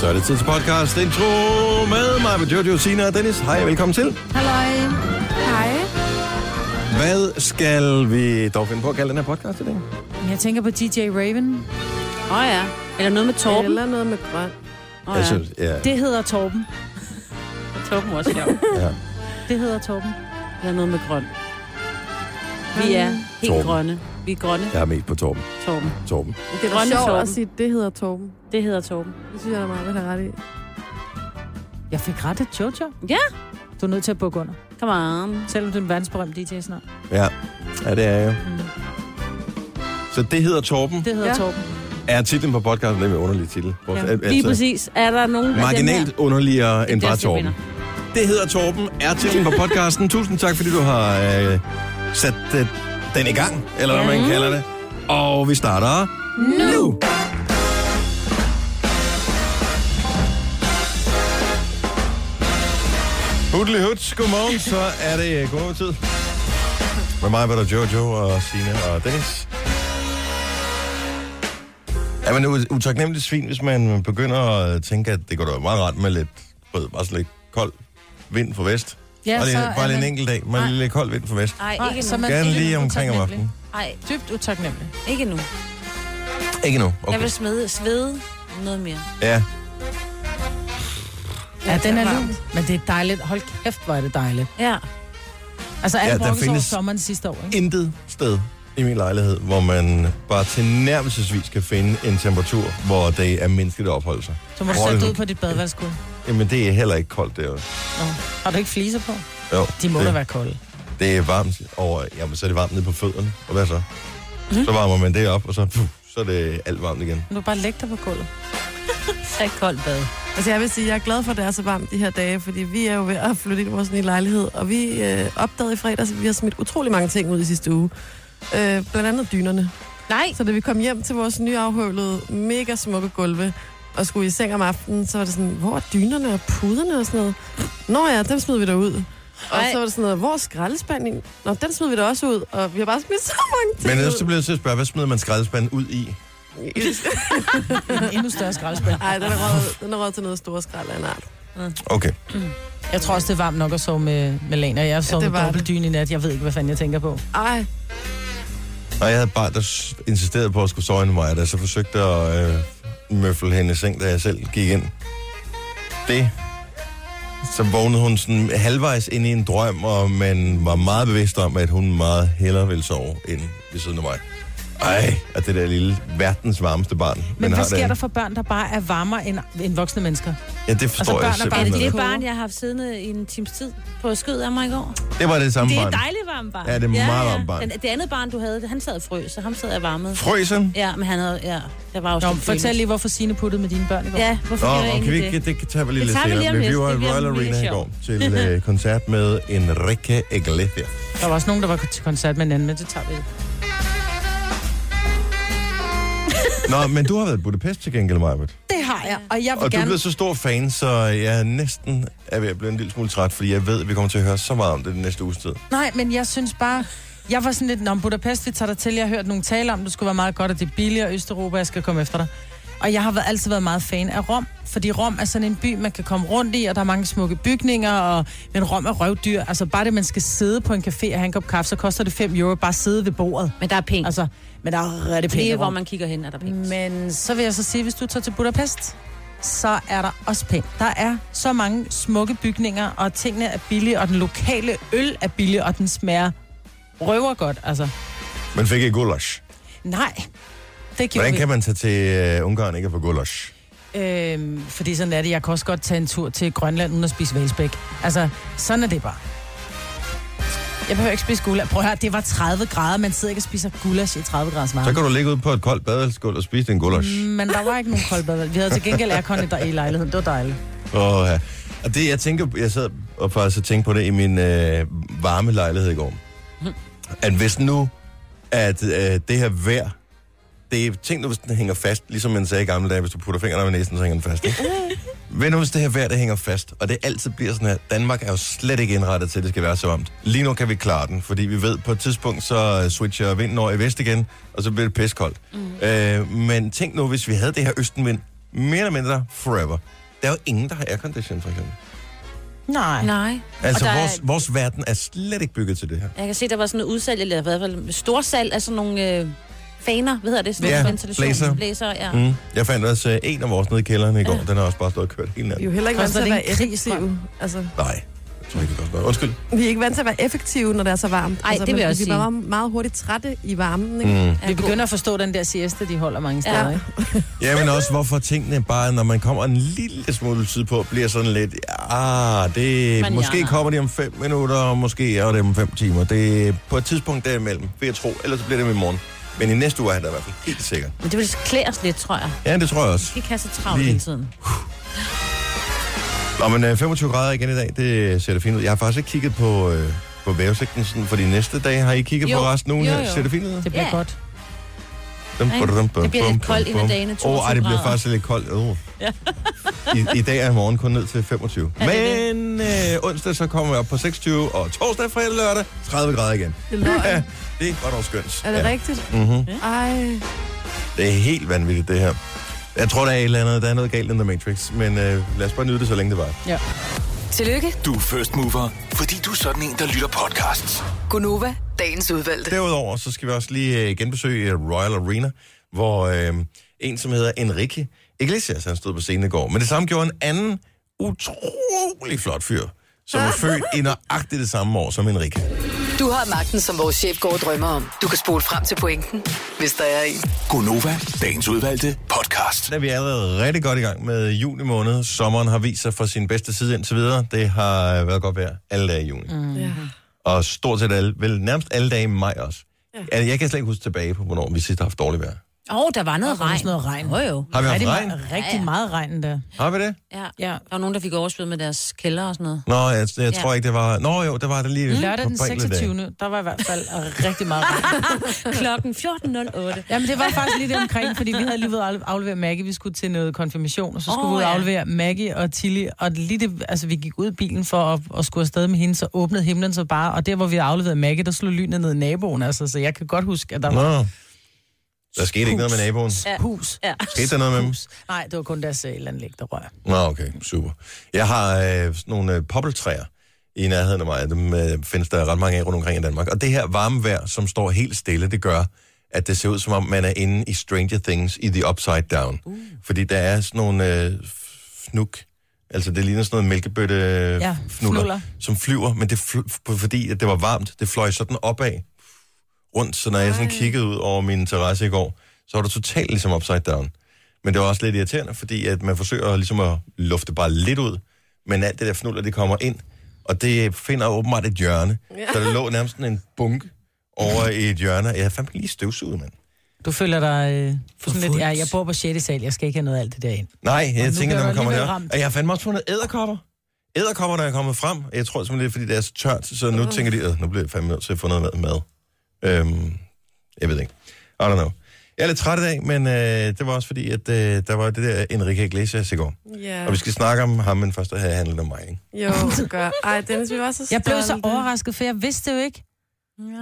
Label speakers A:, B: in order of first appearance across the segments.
A: Så er det tid til podcast intro med mig, med Jojo, Sina og Dennis. Hej og velkommen til.
B: Halløj. Hej.
A: Hvad skal vi dog finde på at kalde den her podcast i dag?
B: Jeg tænker på DJ Raven.
C: Åh oh, ja. Eller noget med Torben.
D: Eller noget med grøn.
C: Oh,
A: Jeg synes, ja,
B: Det hedder Torben.
C: Torben var også sjov.
A: ja.
B: Det hedder Torben.
C: Eller noget med grøn. Vi er helt
A: Torben.
C: Torben. grønne. Vi er grønne,
A: Jeg er mest på Torben.
C: Torben.
A: Torben.
D: Det er
C: Grønne
D: sjovt
C: Torben.
D: at sige, det hedder Torben.
C: Det hedder Torben.
D: Det synes jeg, der er meget, man har ret i.
B: Jeg fik ret af Jojo.
C: Ja.
B: Du er nødt til at bukke under.
C: Come on.
B: Selvom du er en verdensberømt DJ snart.
A: Ja, ja det er jeg jo. Så det hedder Torben,
B: Det hedder ja.
D: Ja.
B: Torben.
A: er titlen på podcasten. Det er en underlig titel. Prøv at-
B: Ja,
A: altså,
C: Lige præcis. Er der nogen af dem her?
A: Marginalt underligere end
C: Det er
A: bare
C: det, jeg
A: Torben. Det hedder Torben, er titlen på podcasten. Tusind tak, fordi du har øh, sat øh, den i gang, eller hvad man kalder det. Og vi starter nu. Hudley Huds, godmorgen, så er det godmorgen-tid. Med mig var der Jojo og Sina og Dennis. Er man et utaknemmelig svin, hvis man begynder at tænke, at det går da meget rart med lidt, du ved, bare sådan lidt kold vind fra vest?
B: Ja,
A: bare lige,
B: så er
A: bare lige en
B: man-
A: enkelt dag, med
B: Nej.
A: lidt lidt kold vind fra vest.
C: Nej,
B: Nej,
C: ikke
B: så
C: nu.
B: man-
A: Gerne
B: ikke
A: lige
B: lidt
A: omkring om
B: utaknemmelig.
A: aftenen.
C: Nej,
B: Dybt utaknemmelig.
C: ikke nu.
A: Ikke nu,
C: Jeg
A: okay.
C: vil smede, svede noget mere.
A: Ja,
B: Ja, den er lun. Men det er dejligt. Hold kæft, hvor er det dejligt.
C: Ja.
B: Altså, alle
A: Ja, der
B: ja, brokkes over
A: findes-
B: sommeren sidste år, ikke?
A: intet sted i min lejlighed, hvor man bare tilnærmelsesvis kan finde en temperatur, hvor det er mennesket, der opholder sig.
B: Så må du
A: Rolle.
B: sætte ud på dit badeværelsesgulv.
A: Jamen, det er heller ikke koldt derude.
B: Nå. Har du ikke fliser på?
A: Jo,
B: De må
A: det,
B: da være kolde.
A: det er varmt over, jamen så er det varmt nede på fødderne, og hvad så?
B: Mhm.
A: Mm. Så varmer man det op, og så, puh, så er det alt varmt igen.
B: Men du bare lægge dig på gulvet.
C: Så et koldt bad.
D: Altså jeg vil sige, jeg er glad for, at det er så varmt de her dage, fordi vi er jo ved at flytte ind i vores nye lejlighed, og vi øh, opdagede i fredags, at vi har smidt utrolig mange ting ud i sidste uge. Øh, blandt andet dynerne.
C: Nej.
D: Så da vi kom hjem til vores nye afhøvlede, mega smukke gulve, og skulle i seng om aftenen, så var det sådan, hvor er dynerne og puderne og sådan noget? Nå ja, dem smider vi da ud. Og
C: Ej.
D: så var det sådan noget, hvor er skraldespanden? Nå, den smider vi da også ud, og vi har bare smidt så mange ting
A: Men
D: ud.
A: ellers så bliver jeg til at spørge, hvad smider man skraldespanden ud i?
B: En endnu større skraldespand.
D: Ej, den er røget, den er røget til noget store skrald af en art.
A: Okay.
B: Jeg tror også, det er varmt nok at sove med, med Lena. Jeg sov ja,
D: det
B: med
D: var
B: dobbeltdyne i nat. Jeg ved ikke, hvad fanden jeg tænker på.
D: Ej,
A: Og jeg havde bare der s- insisterede på at skulle sove inde med mig, da jeg så forsøgte at øh, møffle hende i seng, da jeg selv gik ind. Det. Så vågnede hun sådan halvvejs ind i en drøm, og man var meget bevidst om, at hun meget hellere ville sove end ved siden af mig. Ej, og det der lille verdens varmeste barn.
B: Men
A: man
B: hvad
A: har
B: sker der
A: derinde.
B: for børn, der bare er varmere end, end voksne mennesker?
A: Ja, det forstår
B: Altså,
A: jeg
B: børn er bare-
C: Er
A: simpelthen.
C: det det
A: ikke.
C: barn, jeg har haft siddende i en times tid på skød af mig i går?
A: det var det samme
C: Det er
A: barn.
C: et dejligt varmt barn.
A: Ja, det er meget varmt barn.
C: Den, det andet barn, du havde, han sad og frøs, og ham sad og varmede.
A: Frøsen?
C: Ja, men han havde, ja, der var jo
B: Nå,
C: sådan
B: fortæl
C: en-
B: lige, hvorfor Signe puttede med dine børn i går.
C: Ja, hvorfor
A: Nå,
C: Nå,
A: og kan vi
C: egentlig
A: ikke,
C: det?
A: det tager vi lige
C: Det
A: lidt
C: tager vi lige
A: senere.
C: om lidt.
A: Vi var
C: Det
A: i
C: bliver
A: Royal
C: mega
A: Arena i
C: sjovt.
A: går til øh, koncert med Enrique Iglesias.
B: Der var også nogen, der var til koncert med en anden, men det tager vi.
A: Nå, men du har været i Budapest til gengæld, Marvitt.
B: Det har jeg, og jeg vil
A: Og du er
B: gerne...
A: blevet så stor fan, så jeg næsten er ved at blive en lille smule træt, fordi jeg ved, at vi kommer til at høre så meget om det den næste uges tid.
B: Nej, men jeg synes bare... Jeg var sådan lidt, om Budapest, vi tager dig til. Jeg har hørt nogle tale om, det skulle være meget godt, at det er billigere og Østeuropa, jeg skal komme efter dig. Og jeg har været, altid været meget fan af Rom, fordi Rom er sådan en by, man kan komme rundt i, og der er mange smukke bygninger, og, men Rom er røvdyr. Altså bare det, man skal sidde på en café og have en kop kaffe, så koster det 5 euro bare at sidde ved bordet.
C: Men der er penge. Altså,
B: Altså, men der er rigtig penge i
C: lige hvor
B: Rom.
C: man kigger hen, er der penge.
B: Men så vil jeg så sige, hvis du tager til Budapest, så er der også pænt. Der er så mange smukke bygninger, og tingene er billige, og den lokale øl er billig, og den smager røver godt. Altså,
A: Men fik ikke gulasch.
B: nej, det gjorde
A: Hvordan
B: vi.
A: kan man tage til øh, Ungarn ikke at få gulasch?
B: Øhm, fordi sådan er det. Jeg kan også godt tage en tur til Grønland uden at spise valsbæk. Altså, sådan er det bare. Jeg behøver ikke spise gulasch. Prøv at høre, det var 30 grader. Man sidder ikke og spiser gulasch i 30 graders varme.
A: Så kan du ligge ud på et koldt badelsgulv og spise din gulasch. Mm.
B: Men der var ikke nogen koldbad. Vi havde til gengæld aircon i, der, i lejligheden. Det var dejligt.
A: Oh, ja. Og det, jeg tænker, jeg sad og faktisk og tænkte på det i min øh, varme lejlighed i går. At hvis nu, at øh, det her vejr, det er ting, der hvis den hænger fast, ligesom man sagde i gamle dage, hvis du putter fingrene op i næsen, så hænger den fast. Ikke? Men nu hvis det her vejr, det hænger fast, og det altid bliver sådan her, Danmark er jo slet ikke indrettet til, at det skal være så varmt. Lige nu kan vi klare den, fordi vi ved, på et tidspunkt, så øh, switcher vinden over i vest igen, og så bliver det pissekoldt. Mm. Øh, men tænk nu, hvis vi havde det her østenvind mere eller mindre forever. Der er jo ingen, der har aircondition, for eksempel.
B: Nej.
C: Nej.
A: Altså,
C: Og der er-
A: vores, vores verden er slet ikke bygget til det her.
C: Jeg kan se, der var sådan noget udsalg, eller i hvert fald storsalg af sådan nogle øh, faner, hvad hedder det? Sådan
A: Ja,
C: nogle ventilation-
A: blæser.
C: blæser ja. Mm.
A: Mm. Jeg fandt også øh, en af vores nede i kælderen i går.
C: Ja.
A: Den har også bare stået og kørt hele
D: Vi er
A: natten.
D: jo heller ikke vant
B: Koster
D: til at
B: det
D: være
B: en krigsstrøm?
D: effektive. Altså,
A: Nej, jeg tror ikke, det kan godt være. Undskyld.
D: vi er ikke vant til at være effektive, når det er så varmt.
C: Ej,
D: altså,
C: det vil
D: man-
C: jeg også
D: Vi
C: sige.
D: bliver meget, meget hurtigt trætte i varmen, ikke?
A: Mm.
B: Vi begynder at forstå den der siesta, de holder mange steder.
C: Ja.
B: Ja.
A: Ja, men også hvorfor tingene bare, når man kommer en lille smule tid på, bliver sådan lidt, ah, det,
C: Man
A: måske
C: jager.
A: kommer de om fem minutter, og måske er det om fem timer. Det er på et tidspunkt derimellem, vil jeg tro, ellers så bliver det med i morgen. Men i næste uge er der i hvert fald helt sikkert.
C: Men det vil klæde os lidt, tror jeg.
A: Ja, det tror jeg
C: Vi
A: også.
C: kan ikke have så travlt
A: Vi-
C: hele tiden.
A: Nå, men øh, 25 grader igen i dag, det ser det fint ud. Jeg har faktisk ikke kigget på, øh, på vejrudsigten sådan for de næste dage. Har I kigget
C: Jo.
A: på resten af ugen
C: Jo,
A: her?
C: jo.
A: Ser det fint ud?
B: Det bliver
C: Ja.
B: ja. godt.
A: Dum,
C: Ikke?
A: bum, bum,
C: Det bliver lidt
A: bum,
C: koldt
A: bum,
C: ind i
A: bum.
C: dagene,
A: Åh, ej,
C: 22
A: det bliver
C: grader.
A: faktisk lidt koldt. Oh.
C: Ja.
A: I, I dag er morgen kun ned til 25.
C: Ja, det er
A: Men øh, onsdag så kommer vi op på 26, og torsdag, fredag, lørdag, 30 grader igen.
D: Det er løgn.
A: Ja, det er godt og skønt.
D: Er det
A: ja.
D: rigtigt?
A: Mm-hmm.
D: Ej,
A: Det er helt vanvittigt, det her. Jeg tror, der er, et eller andet, der er noget galt i The Matrix, men øh, lad os bare nyde det, så længe det var.
B: Ja.
E: Tillykke,
F: Du er first mover, fordi du er sådan en, der lytter podcasts.
E: Gunova, dagens udvalgte.
A: Derudover så skal vi også lige øh, genbesøge øh, Royal Arena, hvor øh, en, som hedder Enrique Iglesias, han stod på scenen i går. Men det samme gjorde en anden utrolig flot fyr, som er født i nøjagtigt det samme år som Enrique.
E: Du har magten, som vores chef går og drømmer om. Du kan spole frem til pointen, hvis der er en.
F: Gonova, dagens udvalgte podcast.
A: Der er vi allerede rigtig godt i gang med juni måned. Sommeren har vist sig fra sin bedste side indtil videre. Det har øh, været godt vejr alle dage i juni. Mm.
D: ja.
A: Og stort set alle, vel nærmest alle dage i maj også. Ja. Jeg kan slet ikke huske tilbage på, hvornår vi sidst har haft dårligt vejr.
C: Åh, oh, der var noget
B: Der var
C: regn.
B: også noget regn.
C: Åh oh, jo.
A: Har vi haft
B: Rigtig,
A: regn?
B: meget, rigtig meget regn der.
A: Har vi det?
C: Ja.
B: Ja.
C: Der var nogen, der fik oversvømmet med deres kælder og sådan noget.
A: Nå, jeg, jeg
C: Ja.
A: tror ikke, det var... Nå jo, det var det lige...
B: Mm. Lørdag den
A: på enkelte dage.
B: 26. Der var i hvert fald rigtig meget regn.
C: Klokken 14.08.
B: Jamen, det var faktisk lige det omkring, fordi vi havde lige ved at aflevere Maggie. Vi skulle til noget konfirmation, og så skulle
C: Åh,
B: oh, vi ud og
C: ja.
B: aflevere Maggie og Tilly. Og lige det, altså, vi gik ud af bilen for at, at skulle afsted med hende, så åbnede himlen så bare. Og der, hvor vi afleverede Maggie, der slog lynet ned i naboen. Altså, så jeg kan godt huske, at der var
A: Nå. Der skete ikke noget med naboen.
B: hus.
C: Ja.
A: Skete der noget med dem?
B: hus. Nej, det var kun deres øh, elanlæg, der rør.
A: Nå, okay, super. Jeg har øh, sådan nogle øh, poppeltræer i nærheden af mig. Dem øh, findes der ret mange af rundt omkring i Danmark. Og det her varme vejr, som står helt stille, det gør, at det ser ud som om, man er inde i Stranger Things i The Upside Down. Uh. Fordi der er sådan nogle øh, fnuk, altså det ligner sådan noget mælkebøtte ja,
B: Ja,
A: fnuller,
B: fnuller.
A: som flyver, men det fl- f- fordi at det var varmt, det fløj sådan opad rundt, så når jeg sådan kiggede ud over min terrasse i går, så var det totalt ligesom upside down. Men det var også lidt irriterende, fordi at man forsøger ligesom at lufte bare lidt ud, men alt det der fnuller, det kommer ind, og det finder åbenbart et hjørne. Så der lå nærmest sådan en bunke over i et hjørne. Jeg havde fandme lige støvsuget, mand.
B: Du føler dig øh, sådan lidt, ja, jeg bor på 6. sal, jeg skal ikke have noget af alt det der ind.
A: Nej, jeg tænker,
B: nu bliver
A: når man
B: du
A: kommer
B: alligevel
A: her.
B: ramt.
A: Og jeg har fandme også fundet æderkopper. Æderkopper, når jeg er kommet frem. Jeg tror simpelthen, det er, fordi det er så tørt, så nu tænker de, at nu bliver jeg fandme nødt til at få noget mad. Øhm, jeg ved ikke. I don't know. Jeg er lidt træt i dag, men øh, det var også fordi, at øh, der var det der Enrique Iglesias i går.
D: ja.
A: Og vi skal snakke om ham, men først have handlet om mig. Ikke?
D: Jo, det gør. Ej, Dennis, vi var så
B: Jeg blev så
D: stolte.
B: overrasket, for jeg vidste det jo ikke.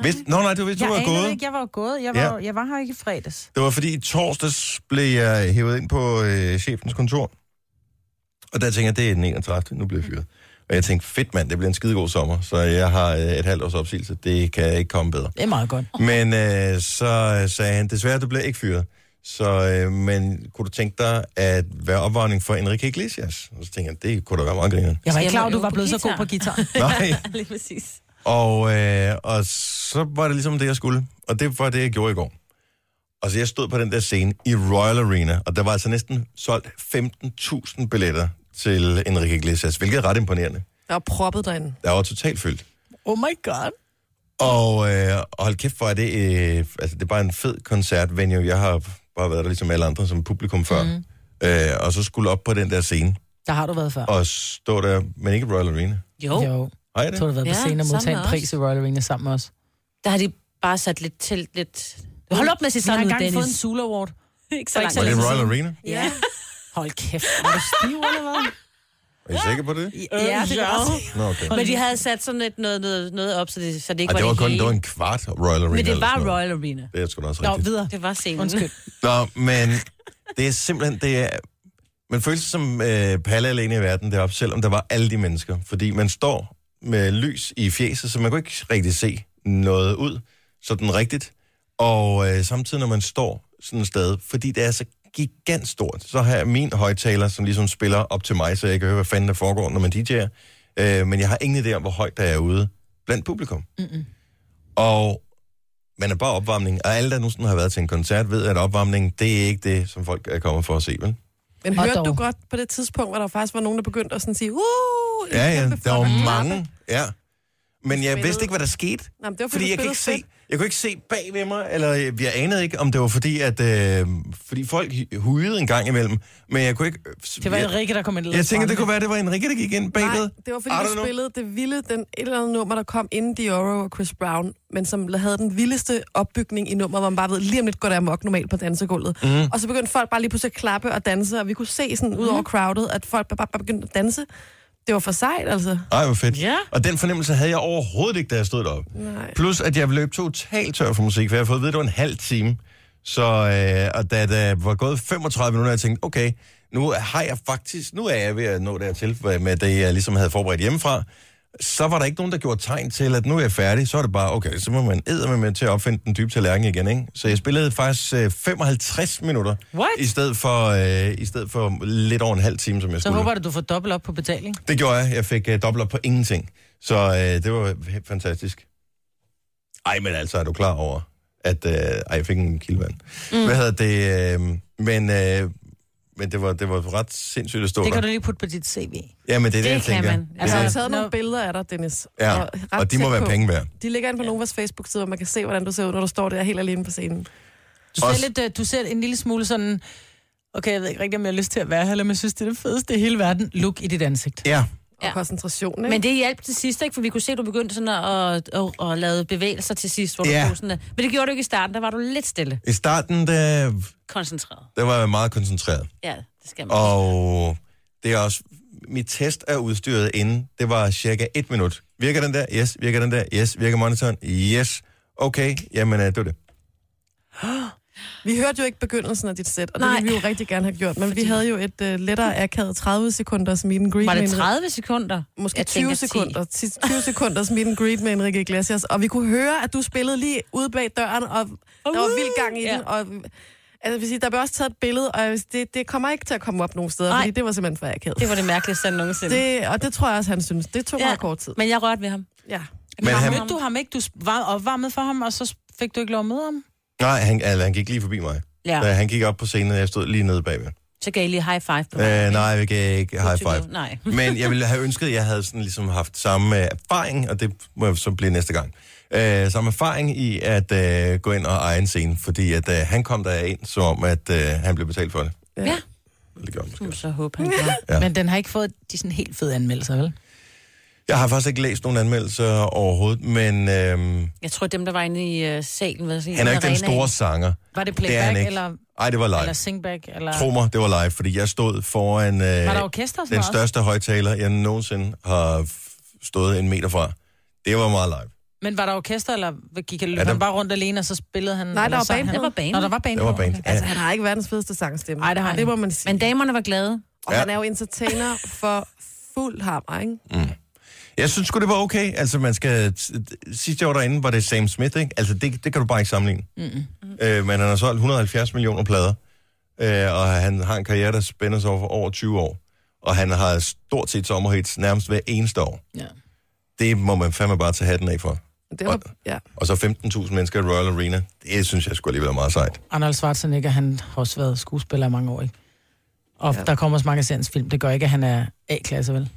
A: Vidst, nå nej, det var, du
B: jeg
A: var
B: anede
A: gået.
B: ikke, jeg var jo gået. Jeg var,
A: Ja.
B: jeg var her ikke i fredags.
A: Det var fordi i torsdags blev jeg hævet ind på øh, chefens kontor. Og der tænkte jeg, det er den 31. Nu bliver jeg fyret. Og jeg tænkte, fedt mand, det bliver en skidegod sommer. Så jeg har øh, et halvt års opsigelse. Det kan ikke komme bedre.
B: Det er meget godt.
A: Men øh, så sagde han, desværre, du bliver ikke fyret. Så, øh, men kunne du tænke dig at være opvarmning for Enrique Iglesias? Og så tænkte jeg, det kunne da være meget griner.
B: Jeg var
C: Skal
B: ikke
C: jeg
B: klar, over,
C: øve
B: du var
C: på
B: blevet så god
C: guitar?
B: på guitar.
A: Nej.
C: Lige præcis.
A: Og, øh, og så var det ligesom det, jeg skulle. Og det var det, jeg gjorde i går. Og så jeg stod på den der scene i Royal Arena, og der var altså næsten solgt 15.000 billetter til Enrique Iglesias, hvilket er ret imponerende.
D: Der var proppet derinde.
A: Der var totalt fyldt.
B: Oh my god.
A: Og, øh, og hold kæft, hvor er det... Øh, altså, det er bare en fed koncertvenue. Jeg har bare været der ligesom alle andre som publikum før. Mm. Øh, og så skulle op på den der scene
B: Der har du været før.
A: og stå der, men ikke Royal Arena.
C: Jo. jo.
B: Jo.
A: Har I
B: Jeg tror,
A: det?
B: du har været på
C: Ja,
B: scenen og
C: sammen
B: modtaget
C: med
B: en pris i Royal Arena sammen med os.
C: Der har de bare sat lidt til lidt... Hold op med at sige
B: Vi har
C: sådan ud,
B: engang fået en
C: Dennis.
B: Sula Award.
C: Ikke så
B: Var
C: langt.
A: Var
B: så
A: det
B: længe
A: Royal Arena?
C: Ja.
B: Hold kæft, var du stiv eller hvad?
A: Er I sikre på det?
C: Ja, det gør også.
A: Nå, okay.
C: Men de havde sat sådan et noget, noget, noget op, så det, så det ikke
A: Ej, det var kun det
C: hele.
A: var en kvart Royal Arena.
C: Men det
A: eller
C: var
A: sådan noget.
C: Royal Arena.
A: Det er sgu da også
B: Nå,
A: rigtigt.
B: videre.
C: Det var scenen.
B: Undskyld.
A: Nå, men det er simpelthen, det er, Man følte sig som øh, palle alene i verden deroppe, selvom der var alle de mennesker. Fordi man står med lys i fjeset, så man kunne ikke rigtig se noget ud sådan rigtigt. Og øh, samtidig, når man står sådan et sted, fordi det er så gigantstort, så har jeg min højtaler, som ligesom spiller op til mig, så jeg kan høre, hvad fanden der foregår, når man DJ'er. Øh, men jeg har ingen idé om, hvor højt der er ude blandt publikum. Mm-mm. Og man er bare opvarmning, og alle, der nu sådan har været til en koncert, ved, at opvarmning, det er ikke det, som folk er kommet for at se, vel?
D: Men
B: Og
D: hørte
B: dog.
D: du godt på det tidspunkt, hvor der faktisk var nogen, der begyndte at sådan sige, uh, i
A: Ja, ja,
D: kæmpe
A: der var
D: flok?
A: mange, ja. Men jeg vidste
D: spillede.
A: ikke, hvad der skete.
D: Nej, men det var, fordi
A: fordi
D: du
A: jeg, kan ikke
D: spillede
A: se, jeg kunne ikke se bag ved mig, eller øh, jeg anede ikke, om det var fordi, at øh, fordi folk hujede en gang imellem, men jeg kunne ikke...
B: Det var
A: jeg,
B: Enrique, der kom ind.
A: jeg tænker, det kunne være, at det var Enrique, der gik ind bagved.
D: Nej, det var fordi,
A: I don't
D: du
A: know.
D: spillede det vilde, den et eller andet nummer, der kom inden Dioro og Chris Brown, men som havde den vildeste opbygning i nummeret, hvor man bare ved, lige om lidt går der amok normalt på dansegulvet.
A: Mhm.
D: Mm. Og så begyndte folk bare lige pludselig at klappe og danse, og vi kunne se sådan ud over crowdet, at folk bare, bare bare begyndte at danse. Det var for sejt, altså.
A: Ej, hvor fedt.
B: Ja.
A: Og den fornemmelse havde jeg overhovedet ikke, da jeg stod deroppe.
D: Nej.
A: Plus, at jeg løb totalt tør for musik, for jeg havde fået at vide, at det var en halv time. Så øh, og da der var gået 35 minutter, jeg tænkte, okay, nu har jeg faktisk, nu er jeg ved at nå dertil hvad- med det, jeg ligesom havde forberedt hjemmefra. Så var der ikke nogen, der gjorde tegn til, at nu er jeg færdig. Så er det bare, okay, så må man æde med til at opfinde den dybe tallerken igen, ikke? Så jeg spillede faktisk øh, 55 minutter,
B: What?
A: i stedet, for, øh, i stedet for lidt over en halv time, som jeg
B: Så
A: skulle.
B: håber jeg, at du får dobbelt op på betaling.
A: Det gjorde jeg. Jeg fik uh, dobbelt op på ingenting. Så uh, det var helt fantastisk. Ej, men altså, er du klar over, at... Uh, ej, jeg fik en kildevand. Mm. Hvad hedder det? Uh, men uh, men det, var, det var ret sindssygt at stå
B: Det
A: der.
B: kan du lige putte på dit CV.
A: Ja, men det er det, jeg
C: Det kan
A: tænker.
C: man.
A: Det er
D: Altså, jeg har
A: det.
D: taget nogle
B: Nå.
D: billeder af dig, Dennis.
A: Ja,
D: ret
A: og de må
D: tæt
A: være
D: på.
A: penge værd.
D: De ligger inde på Novas Facebook-side, og man kan se, hvordan du ser ud, når du står der helt alene på scenen.
B: Du ser,
A: Også-
B: lidt, øh, du ser en lille smule sådan... Okay, jeg ved ikke rigtig, om jeg har lyst til at være her, eller om jeg synes, det er det fedeste i hele verden. Look i dit ansigt.
A: Ja,
D: Og
C: Ja.
D: ja. koncentration, ikke?
C: Men det hjalp til sidst, ikke? For vi kunne se, at du begyndte sådan at, at, at, at lave bevægelser til sidst, hvor du
A: Ja.
C: yeah. sådan at, Men det gjorde du ikke i starten, der var du lidt stille
A: i starten, der,
C: koncentreret.
A: der var jeg meget koncentreret.
C: Ja, det skal man. Oh.
A: Og det er også... Mit test af udstyret inden, det var cirka et minut. Virker den der? Yes. Virker den der? Yes. Virker monitoren? Yes. Okay, jamen øh, det var det.
D: Vi hørte jo ikke begyndelsen af dit sæt, og det
C: Nej.
D: ville vi jo rigtig gerne have gjort, men Fordi... vi havde jo et uh, lettere akavet 30 sekunders meet and greet.
C: Var det
D: med en-
C: 30 sekunder?
D: Måske
C: Jeg
D: 20
C: tænker 10.
D: sekunder. 10. 20 sekunders meet and greet med Enrique Iglesias, og vi kunne høre, at du spillede lige ude bag døren, og der var vild gang i
C: Uh-huh. Ja.
D: den, og altså, jeg vil sige, der blev også taget et billede, og jeg vil sige, det, det kommer ikke til at komme op nogen steder,
C: Nej.
D: fordi det var simpelthen for akavet.
C: Det var det mærkeligste, han nogensinde.
D: Det, og det tror jeg også, han synes. Det tog ja. meget kort tid.
C: Men jeg rørte ved ham.
D: Ja.
A: Men
B: Men
A: han-
B: han... Mødte du ham ikke? Du var opvarmet for ham, og så fik du ikke lov at møde ham?
A: Nej, han, altså, han gik lige forbi mig.
C: Ja.
A: Ja. Da han gik op på scenen, og jeg stod lige nede bagved.
C: Så gav jeg lige high five på mig.
A: Øh, nej, jeg gav ikke high five.
C: Nej.
A: Men jeg ville have ønsket, at jeg havde sådan ligesom haft samme øh, erfaring, og det må jeg så blive næste gang. Øh, samme erfaring i at øh, gå ind og eje en scene, fordi at, øh, han kom der ind, som om at øh, han blev betalt for det.
C: Ja.
A: Eller Det gjorde han måske.
C: Du så håber han gør.
A: Ja.
B: Ja. Men den har ikke fået de sådan helt fede anmeldelser, vel?
A: Jeg har faktisk ikke læst nogen anmeldelser overhovedet, men øh, han
C: Jeg tror, dem, der var inde i øh, salen, ved at sige,
A: er ikke den
C: arenaen.
A: store sanger.
B: Var det
A: Det er han
B: playback,
A: ikke.
B: eller,
A: Ej, det var live.
B: eller singback? Eller...
A: Tro mig, det var live, fordi jeg stod foran... Øh,
B: Var der orkester og sådan
A: den
B: noget?
A: største højtaler, jeg nogensinde har f- stået en meter fra. Det var meget live.
B: også? Men var der orkester, eller hvad gik han,
A: Ja,
B: ja,
A: der-
B: han bare rundt alene, og så spillede han?
D: der
B: eller
D: var
B: sang
D: band
B: han?
D: på.
C: Der var band.
B: Nå, der var band.
A: Der var
B: på,
A: band.
B: okay.
A: Ja.
D: Altså, han har ikke verdens fedeste sangstemme.
B: Nej, det har han
D: det må
B: ikke.
D: man sige.
C: Men damerne var glade.
D: Og
A: Ja. Mm.
D: han er jo entertainer for fuld hammer, ikke?
A: Jeg synes sgu, det var okay. Altså, man skal... Sidste år derinde var det Sam Smith, ikke? Altså, det, det kan du bare ikke sammenligne. Mm-hmm. Øh, men han har solgt 170 millioner plader, øh, og han har en karriere, der spænder sig over, over 20 år. Og han har stort set sommerhits nærmest hver eneste år.
B: Ja.
A: Det må man fandme bare tage hatten af for.
D: Det var,
A: Og-
D: ja.
A: Og så 15.000 mennesker i Royal Arena. Det synes jeg skulle alligevel er meget sejt.
B: Arnold Schwarzenegger, han har også været skuespiller i mange år, ikke? Og ja. der kommer også mange af seriens film. Det gør ikke, at han er A-klasse, vel?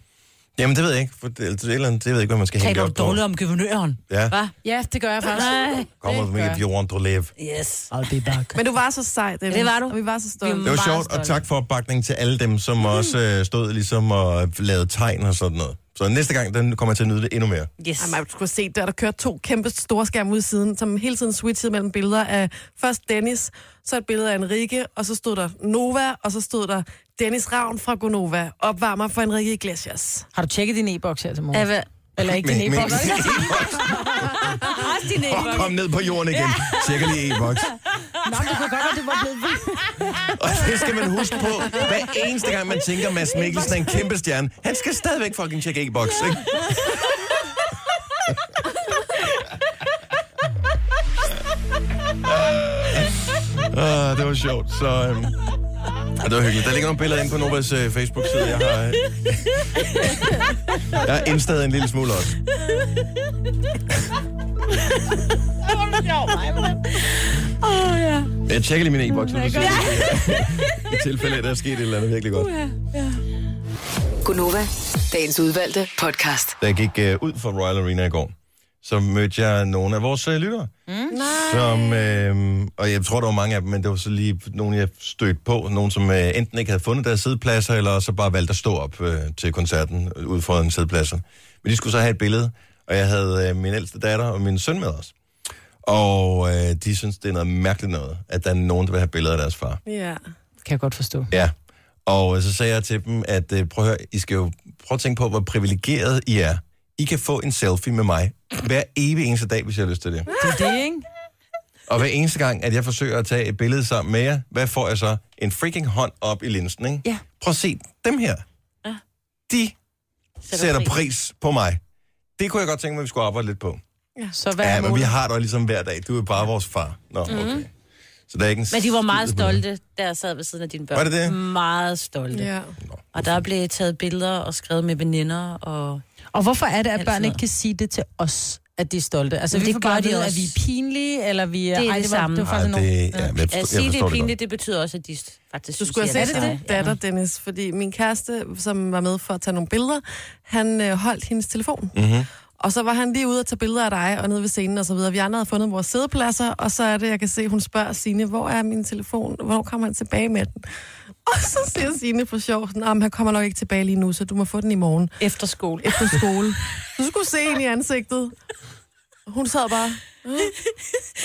A: Jamen, det ved jeg ikke. For det, det, det, det ved jeg ikke, hvad man skal hænge
C: Taler
A: det
C: du
A: op på.
C: dårligt om guvernøren?
A: Ja.
C: Hva?
B: Ja, det gør jeg faktisk.
C: Nej.
A: Kommer
B: Det
A: med,
B: gør Mm.
A: if you want to live.
C: Yes.
B: I'll be back.
D: Men du var så sej, Dennis.
C: Det var du.
D: Og vi var så
C: Vi
D: stolte.
A: Det var
C: Meget
A: sjovt, og
C: stolt.
A: tak for opbakningen til alle dem,
B: Mm.
A: som også øh, stod ligesom og lavede tegn og sådan noget. Så næste gang, den kommer jeg til at nyde det endnu mere.
C: Yes.
D: Ej, man skulle se, der der kørte to kæmpe store skærme ud i siden, som hele tiden switchede mellem billeder af først Dennis, så et billede af Enrique, og så stod der Nova, og så stod der Dennis Ravn fra Gonova, opvarmer for Enrique Iglesias.
B: Har du tjekket din e-boks her til morgen?
C: Ja, hvad?
B: Eller ikke din e-boks?
C: Også din
A: Og kom ned på jorden igen. Cirka lige e-boks.
B: Nå, men det kunne godt være, det var blevet vildt.
A: Og det Det skal man huske på. Hver eneste gang, man tænker, Mads Mikkelsen er en kæmpe stjerne, han skal stadigvæk fucking tjekke e-boks, ikke? Ah, det var sjovt, så... Øhm, ah, det var hyggeligt. Der ligger nogle billeder inde på Novas øh, Facebook-side. Jeg har, øh, jeg har indstaget en lille smule også.
B: Åh, ja.
A: Jeg tjekker lige mine e-boks, nu, så jeg i tilfælde, at der er sket et eller andet virkelig godt.
E: Gunova, dagens udvalgte podcast.
A: da jeg gik øh, ud fra Royal Arena i går, så mødte jeg nogle af vores øh, lyttere. Mm. Som, øh, og jeg tror, der var mange af dem, men det var så lige nogle, jeg stødte på. Nogle, som øh, enten ikke havde fundet deres sædepladser, eller så bare valgte at stå op øh, til koncerten øh, ud fra en sædepladser. Men de skulle så have et billede, og jeg havde øh, min ældste datter og min søn med os. Og øh, de synes, det er noget mærkeligt noget, at der er nogen, der vil have billeder af deres far.
D: Ja.
B: Kan jeg godt forstå.
A: Ja, og øh, så sagde jeg til dem, at øh, prøv at høre, I skal jo prøve at tænke på, hvor privilegeret I er. I kan få en selfie med mig hver evig eneste dag, hvis jeg har lyst til det.
B: Det er det, ikke?
A: Og hver eneste gang, at jeg forsøger at tage et billede sammen med jer, hvad får jeg så? En freaking hånd op i linsen, ikke?
C: Ja.
A: Prøv at se dem her.
C: Ja.
A: De sætter, sætter
C: pris.
A: pris på mig. Det kunne jeg godt tænke mig, at vi skulle arbejde lidt på.
B: Så hvad
A: Ja,
B: er
A: men vi
B: målet?
A: har dig ligesom hver dag. Du er bare vores far. Nå, okay. Mm-hmm. Så der er ikke en
C: Mhm. Men de var meget
A: skid på det.
C: stolte, da jeg sad ved siden af dine børn.
A: Var det det?
C: Meget stolte. Ja.
D: ja.
C: Og der blev taget billeder og skrevet med veninder. Og...
B: Og hvorfor er det, at
C: Alt
B: børn
C: sådan
B: ikke kan sige det til os, at de er stolte? Altså,
C: Men
B: vi
C: det
B: får bare
C: gør
B: at
C: de
B: vide, at
C: også.
B: vi er pinlige, eller vi er...
C: Det er
B: Ej,
C: det
B: var-
C: samme.
B: Det var
A: Ej,
B: faktisk nogen...
A: det, ja, men jeg forstår,
C: At
A: jeg
C: sige, det
A: forstår
C: er
A: det
C: pinligt, det betyder også, at de faktisk
D: Du skulle
C: synes,
D: have
C: jeg
D: set
C: er
D: din
C: sej.
D: datter, Dennis, fordi min kæreste, som var med for at tage nogle billeder, han øh, holdt hendes telefon. Mm-hmm. Og så var han lige ude og tage billeder af dig og nede ved scenen og så videre. Vi andre havde fundet vores sædepladser, og så er det, jeg kan se, hun spørger Signe, hvor er min telefon? Hvornår kommer han tilbage med den? Og så siger Signe for sjov, sådan, "Jamen, han kommer nok ikke tilbage lige nu, så du må få den i morgen
C: Ja. Efter skole.
D: efter skole. Du skulle se hende i ansigtet. Hun sad bare... "Øh."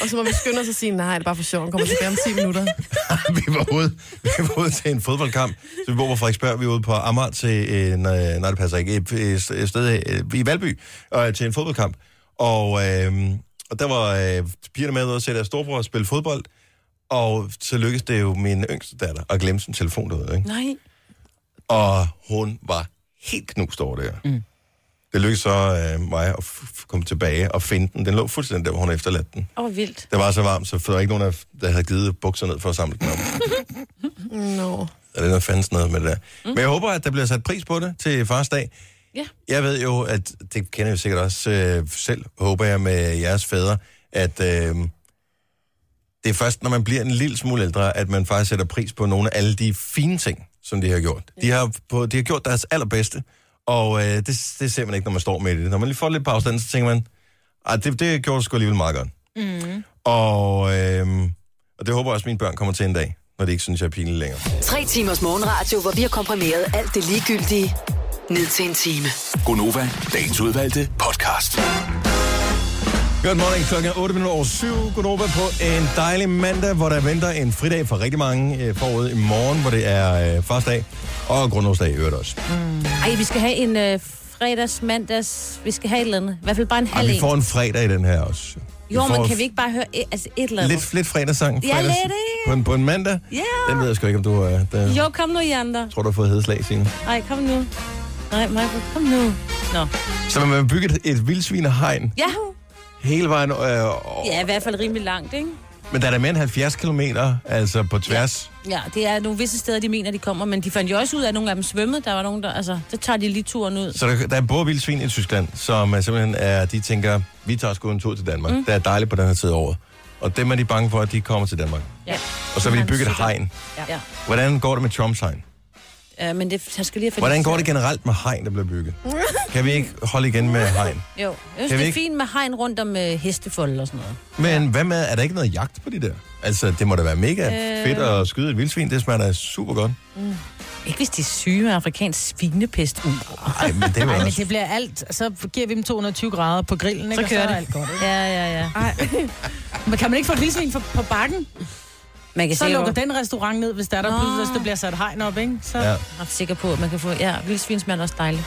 D: Og så må vi skynde os at sige, nej, det er bare for sjov, han kommer tilbage om 10 minutter.
A: vi, var ude, vi var ude til en fodboldkamp, så vi bor på Frederiksberg, vi var ude på Amager til, øh, nej, nej, det passer ikke, et, et, et sted øh, i Valby, og til en fodboldkamp. Og, øh, og der var øh, pigerne med ude og se deres storebror spille fodbold, og så lykkedes det jo min yngste datter at glemme sin telefon derude, ikke?
C: Nej.
A: Og hun var helt knust over det her. Mm. Det lykkedes så øh, mig at f- f- komme tilbage og finde den. Den lå fuldstændig der, hvor hun havde efterladt den.
C: Åh, oh, vildt.
A: Det var så varmt, så der var ikke nogen, af- der havde givet bukser ned for at samle den op.
D: Nå.
A: Er det noget fanden sådan noget med det der? Mm. Men jeg håber, at der bliver sat pris på det til fars dag.
C: Ja.
A: Jeg ved jo, at det kender jeg sikkert også øh, selv, håber jeg med jeres fædre, at øh, det er først, når man bliver en lille smule ældre, at man faktisk sætter pris på nogle af alle de fine ting, som de har gjort. De har, på, de har gjort deres allerbedste, og øh, det, det ser man ikke, når man står med det. Når man lige får lidt pause, så tænker man, at det, det gjorde sgu alligevel meget godt. Mm. Og, øh, og det håber jeg også, mine børn kommer til en dag, når de ikke synes, jeg er pinlig længere.
E: Tre timers morgenradio, hvor vi har komprimeret alt det ligegyldige ned til en time.
F: Gonova, dagens udvalgte podcast.
A: Godt morgen, klokken er 8 minutter over 7. Godnova på en dejlig mandag, hvor der venter en fridag for rigtig mange øh, forude i morgen, hvor det er øh, farsdag og grundlovsdag i øvrigt også.
C: Ej, vi skal have en øh, fredags, mandags... Vi skal have et eller andet. I hvert fald bare en
A: Ej,
C: halv
A: vi
C: en.
A: får en fredag i den her også. Vi
C: Jo,
A: får
C: men kan vi ikke bare høre et, altså et eller andet?
A: Lidt, lidt fredagssang
C: Ja,
A: fredags-
C: lidt, ikke?
A: på, en, på en mandag.
C: Ja.
A: Den ved jeg sgu ikke, om du er... Øh, der,
C: Jo, kom nu, I andre.
A: tror, du har fået hedeslag, Signe.
C: Ej, kom nu. Nej, Michael, kom nu. Nå.
A: Så man vil bygge et, et vildsvinehegn
C: Ja.
A: hele vejen... Øh, og,
C: ja, i hvert fald rimelig langt, ikke?
A: Men der er da mere end 70 km, altså på tværs.
C: Ja, det er nogle visse steder, de mener, de kommer, men de fandt jo også ud af, at nogle af dem svømmede. Der var nogen, der, altså, så tager de lige turen ud.
A: Så der, der er både vildsvin i Tyskland, som er simpelthen er, de tænker, vi tager sgu en tur til Danmark. Mm. Det er dejligt på den her tid af året. Og dem er de bange for, at de kommer til Danmark.
C: Ja.
A: Og så vil de
C: Han
A: bygge et
C: sikkert-
A: hegn.
C: Ja.
A: Hvordan går det med Trumps hegn?
C: ja. men det, jeg skal lige have
A: Hvordan går det generelt med hegn, der bliver bygget? Kan vi ikke holde igen med hegn?
C: Jo, jeg synes,
A: Kan vi
C: det er
A: ikke-
C: fint med hegn rundt om øh, hestefold og sådan noget.
A: Men hvad med, er der ikke noget jagt på de der? Altså, det må da være mega øh... fedt at skyde et vildsvin. Det smager da super godt.
C: Ikke hvis de er syge med afrikansk svinepest ud.
A: Ej, men det var
B: Ej, men
A: også...
B: det bliver alt. Så giver vi dem 220 grader på grillen, ikke?
C: Så
B: Og
C: kører
B: er
C: det.
B: alt godt, ikke?
C: Ja, ja, ja.
B: Men kan man ikke få vildsvin for- på bakken?
C: Man kan
B: Så
C: se,
B: lukker
C: hvor-
B: den restaurant ned, hvis der, er der pludselig hvis der bliver sat hegn op, ikke? Så...
A: Ja.
B: Ja.
C: Jeg er ret sikker på, at man kan få... Ja, vildsvinsmand er også dejligt.